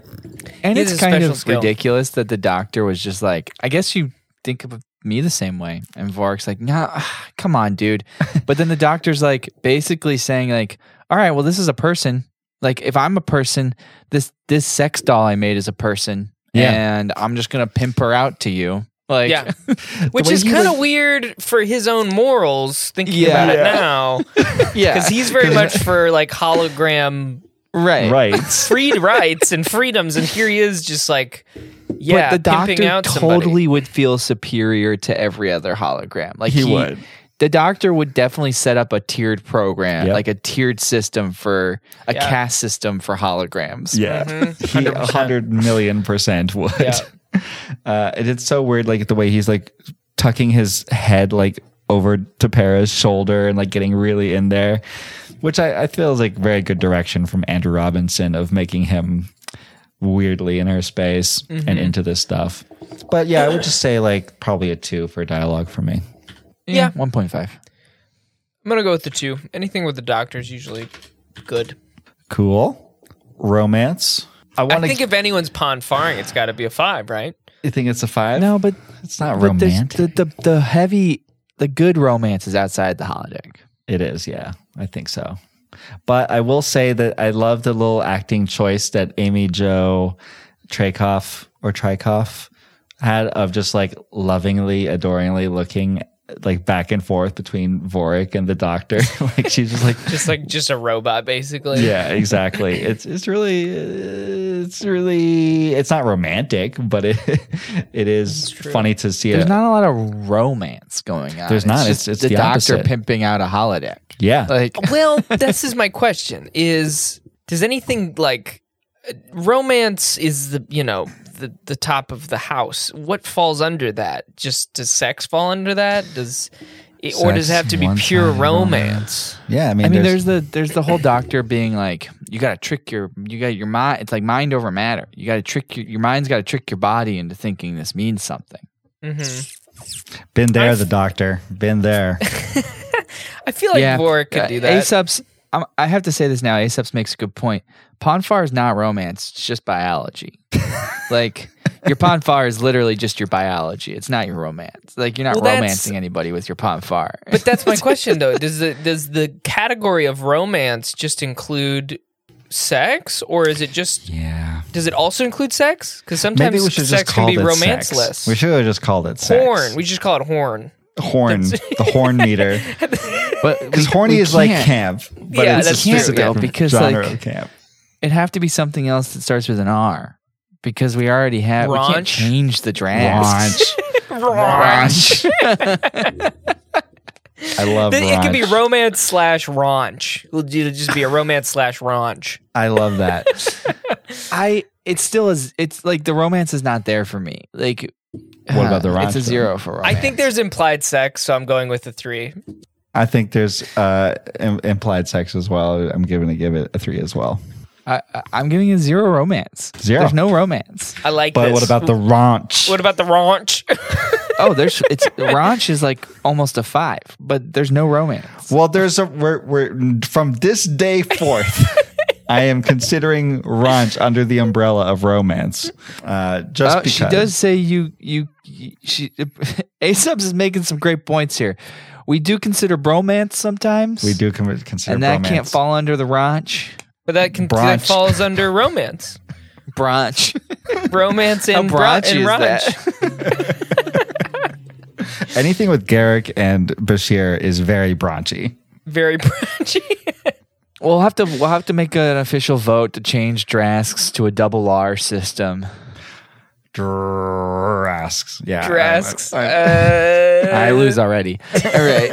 [SPEAKER 1] And
[SPEAKER 2] He has
[SPEAKER 1] it's
[SPEAKER 2] a
[SPEAKER 1] kind
[SPEAKER 2] special
[SPEAKER 1] of
[SPEAKER 2] skill.
[SPEAKER 1] ridiculous that the doctor was just like, I guess you think of me the same way. And Vark's like, nah, ah, come on, dude. But then the doctor's like basically saying, like, all right, well, this is a person. Like, if I'm a person, this this sex doll I made is a person.
[SPEAKER 3] Yeah.
[SPEAKER 1] And I'm just gonna pimp her out to you. Like
[SPEAKER 2] Yeah. Which
[SPEAKER 3] way
[SPEAKER 2] is
[SPEAKER 3] he
[SPEAKER 2] kind of
[SPEAKER 3] was-
[SPEAKER 2] weird for his own morals, thinking
[SPEAKER 1] Yeah.
[SPEAKER 2] about
[SPEAKER 1] Yeah.
[SPEAKER 2] it now.
[SPEAKER 1] yeah,
[SPEAKER 2] Because he's very much for like hologram
[SPEAKER 1] right.
[SPEAKER 3] Right.
[SPEAKER 2] free rights and freedoms. And here he is just like, yeah,
[SPEAKER 1] But the
[SPEAKER 2] pimping
[SPEAKER 1] doctor
[SPEAKER 2] out somebody.
[SPEAKER 1] totally would feel superior to every other hologram. Like
[SPEAKER 3] He would.
[SPEAKER 1] The doctor would definitely set up a tiered program,
[SPEAKER 3] Yep.
[SPEAKER 1] like a tiered system for a
[SPEAKER 2] Yeah.
[SPEAKER 1] cast system for holograms.
[SPEAKER 3] Yeah,
[SPEAKER 2] Mm-hmm.
[SPEAKER 3] he a hundred million percent would.
[SPEAKER 2] Yeah.
[SPEAKER 3] Uh, and it's so weird, like the way he's like tucking his head like over to Paris' shoulder and like getting really in there, which I, I feel is like very good direction from Andrew Robinson of making him weirdly in her space and into this stuff. But yeah, I would just say like probably a two for dialogue for me.
[SPEAKER 2] Yeah.
[SPEAKER 1] one point five.
[SPEAKER 2] I'm going to go with the two. Anything with the doctor is usually good.
[SPEAKER 3] Cool romance. I
[SPEAKER 2] I
[SPEAKER 3] want
[SPEAKER 2] think
[SPEAKER 3] to.
[SPEAKER 2] if anyone's pond faring, it's got to be a five, right?
[SPEAKER 3] You think it's a five?
[SPEAKER 1] No, but
[SPEAKER 3] it's not
[SPEAKER 1] but there's
[SPEAKER 3] romantic.
[SPEAKER 1] the, the the heavy, the good romance is outside the holodeck.
[SPEAKER 3] It is, yeah. I think so. But I will say that I love the little acting choice that Amy Jo Trakoff or Trikoff had of just like lovingly, adoringly looking like back and forth between Vorik and the doctor. like she's just like
[SPEAKER 2] just like just a robot basically.
[SPEAKER 3] yeah, exactly. It's it's really it's really it's not romantic, but it it is funny to see
[SPEAKER 1] There's
[SPEAKER 3] it.
[SPEAKER 1] not a lot of romance going on.
[SPEAKER 3] There's not. It's-
[SPEAKER 1] just
[SPEAKER 3] it's
[SPEAKER 1] the,
[SPEAKER 3] the
[SPEAKER 1] doctor
[SPEAKER 3] opposite.
[SPEAKER 1] pimping out a holodeck.
[SPEAKER 3] yeah.
[SPEAKER 1] Like
[SPEAKER 2] well, this is my question: Is does anything like uh, romance is the you know the the top of the house? What falls under that? Just does sex fall under that? Does it, or does it
[SPEAKER 3] Sex,
[SPEAKER 2] have to be
[SPEAKER 3] one
[SPEAKER 2] pure
[SPEAKER 3] time
[SPEAKER 2] romance?
[SPEAKER 3] yeah, I mean,
[SPEAKER 1] I mean,
[SPEAKER 3] there's,
[SPEAKER 1] there's, the there's the whole doctor being like, you got to trick your you got your mind. It's like mind over matter. You got to trick your your mind's got to trick your body into thinking this means something.
[SPEAKER 2] Mhm.
[SPEAKER 3] been there,
[SPEAKER 2] I've-
[SPEAKER 3] the doctor, been there.
[SPEAKER 2] I feel like
[SPEAKER 1] yeah,
[SPEAKER 2] Vorik could
[SPEAKER 1] uh,
[SPEAKER 2] do that.
[SPEAKER 1] Aesop's. I'm, I have to say this now. Aesop's makes a good point. Ponfar is not romance; it's just biology. like your Ponfar is literally just your biology. It's not your romance. Like you're not
[SPEAKER 2] Well, that's-
[SPEAKER 1] romancing anybody with your Ponfar.
[SPEAKER 2] But that's my question, though. Does the does the category of romance just include sex, or is it just
[SPEAKER 3] yeah.
[SPEAKER 2] does it also include sex? Because sometimes
[SPEAKER 3] Maybe we should just
[SPEAKER 2] sex
[SPEAKER 3] call
[SPEAKER 2] can be
[SPEAKER 3] it
[SPEAKER 2] romance
[SPEAKER 3] sex.
[SPEAKER 2] less.
[SPEAKER 3] We should have just called it sex.
[SPEAKER 2] horn. We just call it horn.
[SPEAKER 3] horn, the horn meter.
[SPEAKER 1] but
[SPEAKER 3] Because
[SPEAKER 1] we-
[SPEAKER 3] horny
[SPEAKER 1] we
[SPEAKER 3] is like
[SPEAKER 1] can't.
[SPEAKER 3] camp, but
[SPEAKER 2] Yeah,
[SPEAKER 3] it's a
[SPEAKER 2] that's true.
[SPEAKER 3] specific
[SPEAKER 1] Though, because,
[SPEAKER 3] genre
[SPEAKER 1] like-
[SPEAKER 3] of camp.
[SPEAKER 1] It'd have to be something else that starts with an R, because we already have. We can't
[SPEAKER 2] Raunch?
[SPEAKER 1] change the draft.
[SPEAKER 2] Raunch.
[SPEAKER 3] I love
[SPEAKER 2] Then it could be
[SPEAKER 3] raunch.
[SPEAKER 2] romance slash raunch. It'll ju- it'll just be a romance slash raunch.
[SPEAKER 3] I love that.
[SPEAKER 1] I it still is it's like the romance is not there for me. Like
[SPEAKER 3] What about the
[SPEAKER 1] uh, It's
[SPEAKER 3] romance,
[SPEAKER 1] a
[SPEAKER 3] though?
[SPEAKER 1] zero for romance.
[SPEAKER 2] I think there's implied sex, so I'm going with the three.
[SPEAKER 3] I think there's uh, im- implied sex as well. I'm going to give it a three as well.
[SPEAKER 1] I, I, I'm giving it zero romance.
[SPEAKER 3] Zero.
[SPEAKER 1] There's no romance.
[SPEAKER 2] I like
[SPEAKER 3] But
[SPEAKER 2] this.
[SPEAKER 3] what about the raunch?
[SPEAKER 2] what about the raunch?
[SPEAKER 1] Oh, there's it's Ranch is like almost a five, but there's no romance.
[SPEAKER 3] well, there's a we're, we're from this day forth. I am considering raunch under the umbrella of romance. Uh, just
[SPEAKER 2] Oh,
[SPEAKER 1] Uh,
[SPEAKER 3] because
[SPEAKER 1] she does say you you you- she Aesop's is making some great points here. We do consider bromance sometimes.
[SPEAKER 3] we do com- consider
[SPEAKER 1] And that
[SPEAKER 3] bromance.
[SPEAKER 1] can't fall under the ranch.
[SPEAKER 2] But that can that
[SPEAKER 3] Brunch.
[SPEAKER 2] falls under romance,
[SPEAKER 1] Brunch.
[SPEAKER 2] romance and, bra-
[SPEAKER 1] raunchy
[SPEAKER 2] and
[SPEAKER 1] is
[SPEAKER 2] raunch.
[SPEAKER 1] that?
[SPEAKER 3] Anything with Garrick and Bashir is very raunchy.
[SPEAKER 2] Very brunchy.
[SPEAKER 1] We'll have to we'll have to make an official vote to change Drasks to a double R system.
[SPEAKER 3] Drasks. Yeah. um,
[SPEAKER 2] Drasks.
[SPEAKER 3] I-
[SPEAKER 2] Uh,
[SPEAKER 1] I lose already. All right.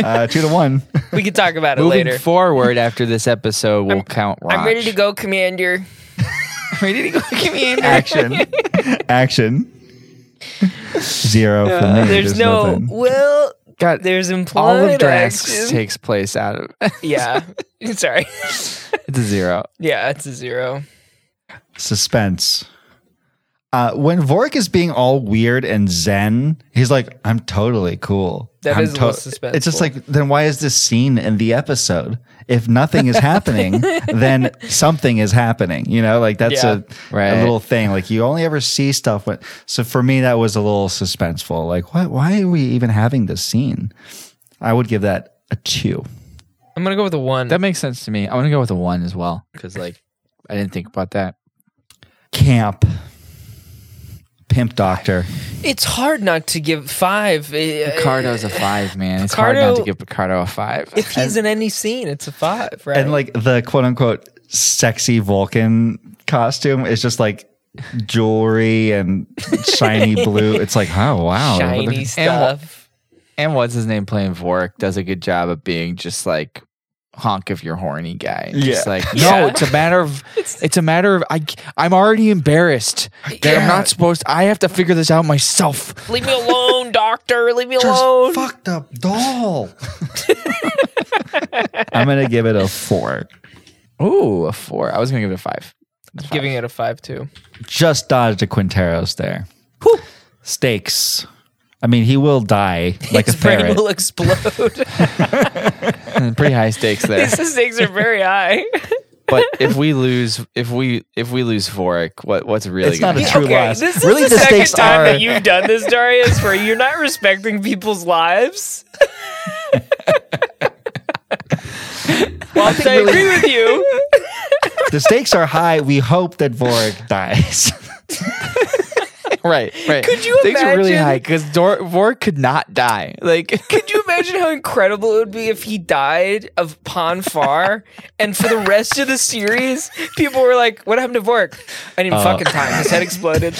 [SPEAKER 3] uh, two to one.
[SPEAKER 2] we can talk about it
[SPEAKER 1] Moving
[SPEAKER 2] later.
[SPEAKER 1] forward after this episode, we'll count Ranch.
[SPEAKER 2] I'm ready to go, Commander.
[SPEAKER 1] ready to go. Commander.
[SPEAKER 3] Action. Action. Zero
[SPEAKER 1] Uh,
[SPEAKER 3] for me.
[SPEAKER 2] There's no
[SPEAKER 3] nothing.
[SPEAKER 2] well.
[SPEAKER 1] God,
[SPEAKER 2] There's
[SPEAKER 1] all
[SPEAKER 2] implied
[SPEAKER 1] of Drasks
[SPEAKER 2] action.
[SPEAKER 1] takes place out of
[SPEAKER 2] yeah. Sorry.
[SPEAKER 1] it's a zero.
[SPEAKER 2] Yeah, it's a zero.
[SPEAKER 3] suspense. Uh, when Vorik is being all weird and zen, he's like, "I'm totally cool."
[SPEAKER 2] That
[SPEAKER 3] I'm
[SPEAKER 2] is a little suspenseful.
[SPEAKER 3] It's just like, then why is this scene in the episode? If nothing is happening, then something is happening. You know, like that's
[SPEAKER 2] Yeah.
[SPEAKER 3] a,
[SPEAKER 1] Right.
[SPEAKER 3] a little thing. Like you only ever see stuff when. So for me, that was a little suspenseful. Like, what? Why are we even having this scene? I would give that a two.
[SPEAKER 2] I'm gonna go with a one.
[SPEAKER 1] That makes sense to me. I'm gonna go with a one as well because like I didn't think about that.
[SPEAKER 3] Camp, pimp doctor.
[SPEAKER 2] it's hard not to give five. Eh,
[SPEAKER 1] Picardo's a five, man. It's hard not to
[SPEAKER 2] Picardo-
[SPEAKER 1] give Picardo a five.
[SPEAKER 2] If he's in any scene, it's a five, right?
[SPEAKER 3] and like the quote unquote sexy Vulcan costume is just like jewelry and shiny blue. It's like, oh wow,
[SPEAKER 2] shiny
[SPEAKER 1] and-
[SPEAKER 2] stuff.
[SPEAKER 1] And what's his name playing Vorik does a good job of being just like honk if you're horny guy. Yeah. Just
[SPEAKER 3] Yeah.
[SPEAKER 1] like
[SPEAKER 2] Yeah.
[SPEAKER 1] no, it's a matter of it's a matter of I I'm already embarrassed that I'm not supposed I have to figure this out myself.
[SPEAKER 2] Leave me alone, doctor. Leave me alone.
[SPEAKER 3] Just fucked up doll. I'm gonna give it a four.
[SPEAKER 1] Ooh, a four. I was gonna give it a five.
[SPEAKER 2] Giving it a five too.
[SPEAKER 3] Just dodged a Quinteros there. Stakes. I mean, he will die like a
[SPEAKER 2] His brain
[SPEAKER 3] ferret.
[SPEAKER 2] will explode.
[SPEAKER 1] Pretty high stakes there.
[SPEAKER 2] His stakes are very high.
[SPEAKER 1] but if we lose if we if we lose Vorik, what what's really
[SPEAKER 3] It's
[SPEAKER 1] gonna
[SPEAKER 3] not a
[SPEAKER 1] happen?
[SPEAKER 3] true loss.
[SPEAKER 2] this is
[SPEAKER 3] Really,
[SPEAKER 2] the,
[SPEAKER 3] the
[SPEAKER 2] second
[SPEAKER 3] stakes
[SPEAKER 2] time
[SPEAKER 3] are-
[SPEAKER 2] that you've done this, Darius, where you're not respecting people's lives. Whilst I, agree with you,
[SPEAKER 3] the stakes are high. We hope that Vorik dies.
[SPEAKER 1] right, right.
[SPEAKER 2] Could you
[SPEAKER 1] Things are really
[SPEAKER 2] imagine-
[SPEAKER 1] high because Dor- Vork could not die. Like,
[SPEAKER 2] Could you imagine how incredible it would be if he died of Ponfar and for the rest of the series, people were like, What happened to Vork? I
[SPEAKER 3] Uh.
[SPEAKER 2] didn't fucking time. His head exploded.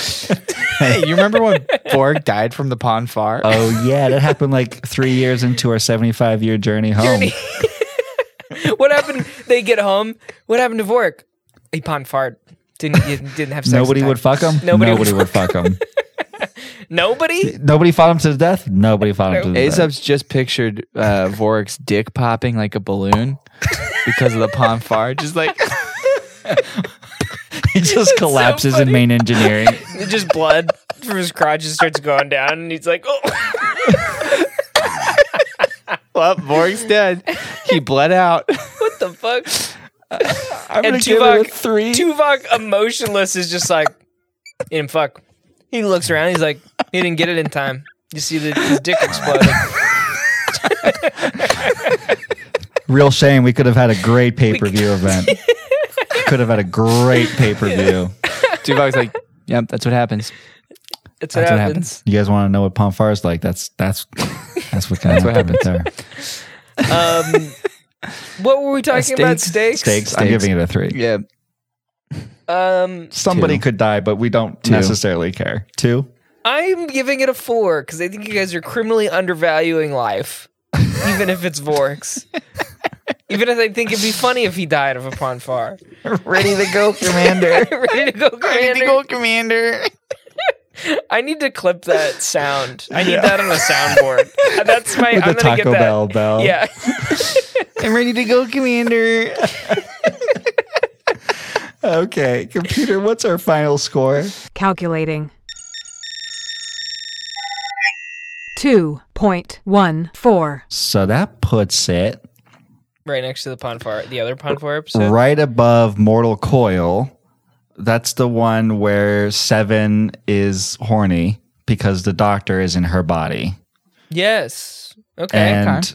[SPEAKER 1] hey, you remember when Vork died from the pond far?
[SPEAKER 3] Oh yeah, that happened like three years into our seventy-five year journey home.
[SPEAKER 2] what happened? They get home. What happened to Vork? He Ponfar didn't he didn't have sex. in
[SPEAKER 3] Nobody
[SPEAKER 2] time.
[SPEAKER 3] would fuck him.
[SPEAKER 2] Nobody, would,
[SPEAKER 3] would fuck him.
[SPEAKER 2] Nobody?
[SPEAKER 3] Nobody fought him to the death. Nobody fought him to the death.
[SPEAKER 1] Aesop's just pictured uh, Vork's dick popping like a balloon because of the pond far. Just like
[SPEAKER 3] He just collapses in
[SPEAKER 2] funny.
[SPEAKER 3] main engineering.
[SPEAKER 2] It just blood from his crotch just starts going down and he's like, Oh
[SPEAKER 1] Well, Borg's dead. He bled out.
[SPEAKER 2] what the fuck?
[SPEAKER 1] I'm
[SPEAKER 2] and
[SPEAKER 1] gonna give it a
[SPEAKER 2] Tuvok,
[SPEAKER 1] three.
[SPEAKER 2] Tuvok, emotionless, is just like, he didn't fuck. He looks around. He's like, he didn't get it in time. You see the his dick exploding.
[SPEAKER 3] Real shame. We could have had a great pay per view event. could have had a great pay per view.
[SPEAKER 1] Tuvok's like, yep, that's what happens.
[SPEAKER 2] That's what
[SPEAKER 1] That's what
[SPEAKER 2] happens.
[SPEAKER 3] You guys want to know what Pomfar is like? That's that's that's what kind of
[SPEAKER 1] what
[SPEAKER 3] happened there.
[SPEAKER 2] Um, what were we talking about? Steaks.
[SPEAKER 3] Stakes. I'm
[SPEAKER 1] Stakes.
[SPEAKER 3] giving it a three.
[SPEAKER 1] Yeah.
[SPEAKER 2] Um,
[SPEAKER 3] Somebody
[SPEAKER 1] Two.
[SPEAKER 3] could die, but we don't necessarily care. Two.
[SPEAKER 2] I'm giving it a four because I think you guys are criminally undervaluing life, even if it's Vorks. Even if I think it'd be funny if he died of a Ponfar.
[SPEAKER 1] Ready to go, Commander.
[SPEAKER 2] Ready to go, Commander.
[SPEAKER 1] Commander.
[SPEAKER 2] I need to clip that sound. I need that on a soundboard. That's my.
[SPEAKER 3] With
[SPEAKER 2] I'm
[SPEAKER 3] the
[SPEAKER 2] gonna get
[SPEAKER 3] Taco
[SPEAKER 2] that.
[SPEAKER 3] Bell bell.
[SPEAKER 2] Yeah.
[SPEAKER 1] I'm ready to go, Commander.
[SPEAKER 3] Okay, computer. What's our final score?
[SPEAKER 10] Calculating. 2.14.
[SPEAKER 3] So that puts it
[SPEAKER 2] right next to the Ponfar, the other Ponfar episode.
[SPEAKER 3] right above Mortal Coil. That's the one where Seven is horny because the doctor is in her body.
[SPEAKER 2] Yes. Okay.
[SPEAKER 3] And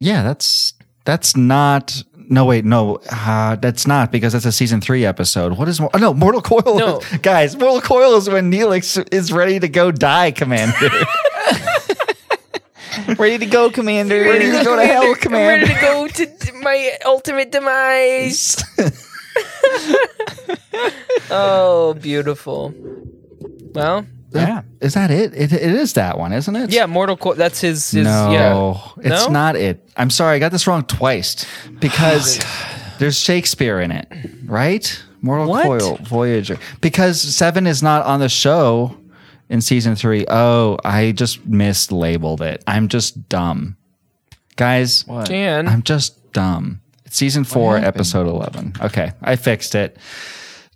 [SPEAKER 3] yeah, that's that's not no wait, no, uh, that's not because that's a season three episode. What is Mor- oh, no Mortal Coil?
[SPEAKER 2] No.
[SPEAKER 3] guys, Mortal Coil is when Neelix is ready to go die, Commander.
[SPEAKER 1] Ready to go, Commander.
[SPEAKER 3] ready to go to hell,
[SPEAKER 2] I'm ready
[SPEAKER 3] Commander.
[SPEAKER 2] to go to d- my ultimate demise. oh, beautiful. Well,
[SPEAKER 3] Yeah, is that it? it? It is that one, isn't it?
[SPEAKER 2] yeah, Mortal Kombat. That's his. his
[SPEAKER 3] No,
[SPEAKER 2] yeah.
[SPEAKER 3] it's
[SPEAKER 2] No?
[SPEAKER 3] not it. I'm sorry, I got this wrong twice because there's Shakespeare in it, right? Mortal
[SPEAKER 2] What?
[SPEAKER 3] Coil, Voyager. Because Seven is not on the show in season three. Oh, I just mislabeled it. I'm just dumb. Guys,
[SPEAKER 2] Dan.
[SPEAKER 3] I'm just dumb. It's season four, episode 11. Okay, I fixed it.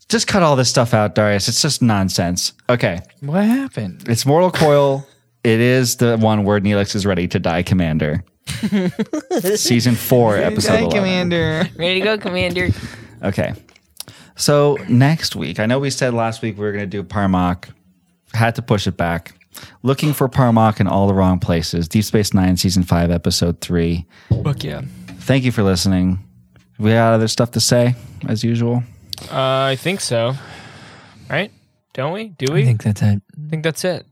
[SPEAKER 3] Just cut all this stuff out, Darius. It's just nonsense. Okay.
[SPEAKER 1] What happened?
[SPEAKER 3] It's Mortal Coil. It is the one where Neelix is ready to die, Commander. Season four, episode
[SPEAKER 1] Hey,
[SPEAKER 3] eleven.
[SPEAKER 1] Commander.
[SPEAKER 2] Ready to go, Commander.
[SPEAKER 3] Okay. So next week, I know we said last week we were going to do Parmak. Had to push it back. Looking for Parmak in all the wrong places. Deep Space Nine, season five, episode three.
[SPEAKER 2] Fuck yeah.
[SPEAKER 3] Thank you for listening. We got other stuff to say, as usual.
[SPEAKER 2] Uh, I think so. Right? Don't we? Do we? I think,
[SPEAKER 1] that's it.
[SPEAKER 2] that's it.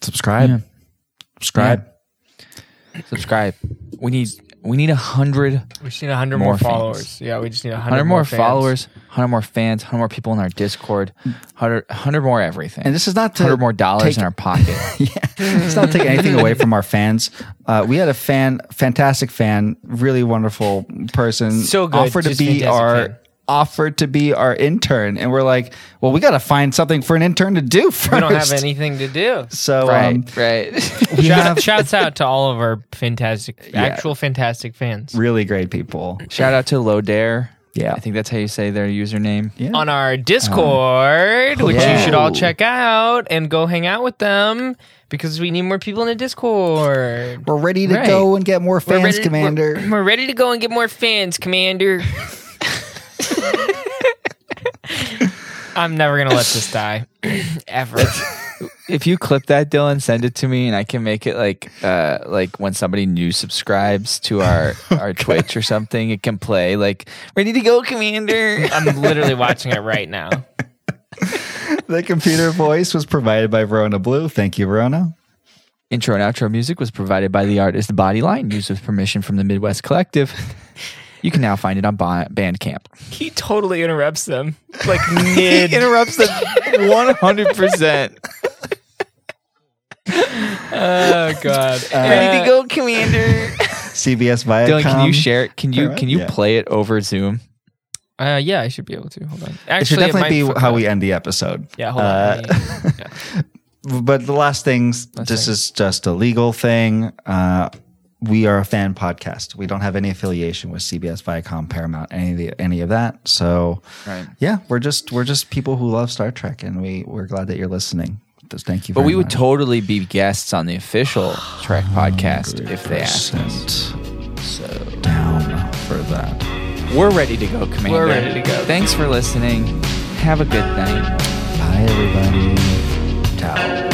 [SPEAKER 3] Subscribe. Subscribe.
[SPEAKER 1] Subscribe. We need we need a hundred
[SPEAKER 2] We just need hundred more,
[SPEAKER 1] More fans.
[SPEAKER 2] followers. Yeah, we just need hundred
[SPEAKER 1] hundred more,
[SPEAKER 2] fans.
[SPEAKER 1] followers, hundred more fans, hundred more people in our Discord, hundred hundred more everything.
[SPEAKER 3] And this is not to
[SPEAKER 1] hundred more dollars
[SPEAKER 3] take-
[SPEAKER 1] in our pocket.
[SPEAKER 3] Let's not take anything away from our fans. Uh, we had a fan, fantastic fan, really wonderful person,
[SPEAKER 2] So good,
[SPEAKER 3] offered to
[SPEAKER 2] just
[SPEAKER 3] be
[SPEAKER 2] fantastic
[SPEAKER 3] our
[SPEAKER 2] fan.
[SPEAKER 3] offered to be our intern, and we're like, well, we got to find something for an intern to do first.
[SPEAKER 2] We don't have anything to do.
[SPEAKER 3] So
[SPEAKER 1] right,
[SPEAKER 3] um,
[SPEAKER 1] right.
[SPEAKER 3] we
[SPEAKER 2] Shout,
[SPEAKER 3] have
[SPEAKER 2] shouts out to all of our fantastic, actual fantastic fans
[SPEAKER 3] really great people.
[SPEAKER 1] Shout out to Low Dare.
[SPEAKER 3] Yeah.
[SPEAKER 1] I think that's how you say their username.
[SPEAKER 3] Yeah.
[SPEAKER 2] on our
[SPEAKER 3] Oh.
[SPEAKER 2] Discord, which you should all check out and go hang out with them because we need more people in the Discord.
[SPEAKER 3] We're ready to
[SPEAKER 1] Right.
[SPEAKER 3] go and get more
[SPEAKER 2] We're
[SPEAKER 3] fans,
[SPEAKER 2] ready-
[SPEAKER 3] Commander.
[SPEAKER 2] We're, we're ready to go and get more fans, Commander. I'm never gonna let this die, ever.
[SPEAKER 1] If you clip that, Dylan, send it to me, and I can make it like uh like when somebody new subscribes to our our Twitch or something, it can play like ready to go, Commander.
[SPEAKER 2] I'm literally watching it right now.
[SPEAKER 3] the computer voice was provided by Verona Blue. Thank you, Verona.
[SPEAKER 1] Intro and outro music was provided by the artist Bodyline, used with permission from the Midwest Collective. You can now find it on Ba- Bandcamp.
[SPEAKER 2] He totally interrupts them. Like mid.
[SPEAKER 1] interrupts them 100%.
[SPEAKER 2] oh god.
[SPEAKER 3] Uh,
[SPEAKER 1] Ready to go, Commander.
[SPEAKER 3] CBS Viacom.
[SPEAKER 1] Dylan, can you share it? Can you
[SPEAKER 3] Alright,
[SPEAKER 1] can you
[SPEAKER 3] yeah.
[SPEAKER 1] play it over Zoom?
[SPEAKER 2] Uh, yeah, I should be able to. Hold on. Actually,
[SPEAKER 3] It should
[SPEAKER 2] might
[SPEAKER 3] definitely
[SPEAKER 2] fuck
[SPEAKER 3] be how
[SPEAKER 2] up.
[SPEAKER 3] we end the episode.
[SPEAKER 2] Yeah, hold on.
[SPEAKER 3] Uh, but the last things, this
[SPEAKER 2] thing.
[SPEAKER 3] is just a legal thing. Uh, we are a fan podcast. We don't have any affiliation with CBS, Viacom, Paramount, any of the, any of that. So, yeah, we're just we're just people who love Star Trek, and we we're glad that you're listening. Just thank you.
[SPEAKER 1] But
[SPEAKER 3] very
[SPEAKER 1] we would
[SPEAKER 3] much.
[SPEAKER 1] totally be guests on the official Trek podcast if they asked.
[SPEAKER 3] Percent down for that.
[SPEAKER 1] We're ready to go, Commander.
[SPEAKER 2] We're ready to go.
[SPEAKER 1] Thanks for listening. Have a good night.
[SPEAKER 3] Bye, everybody. Ciao.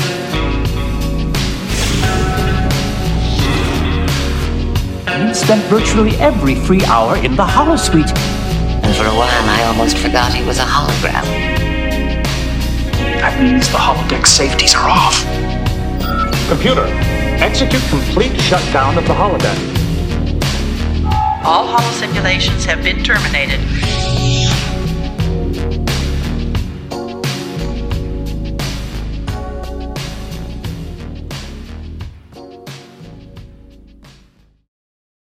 [SPEAKER 11] You spent virtually every free hour in the holosuite.
[SPEAKER 9] And for a while, I almost forgot he was a hologram.
[SPEAKER 6] That means the holodeck safeties are off.
[SPEAKER 5] Computer, execute complete shutdown of the holodeck.
[SPEAKER 7] All holo simulations have been terminated.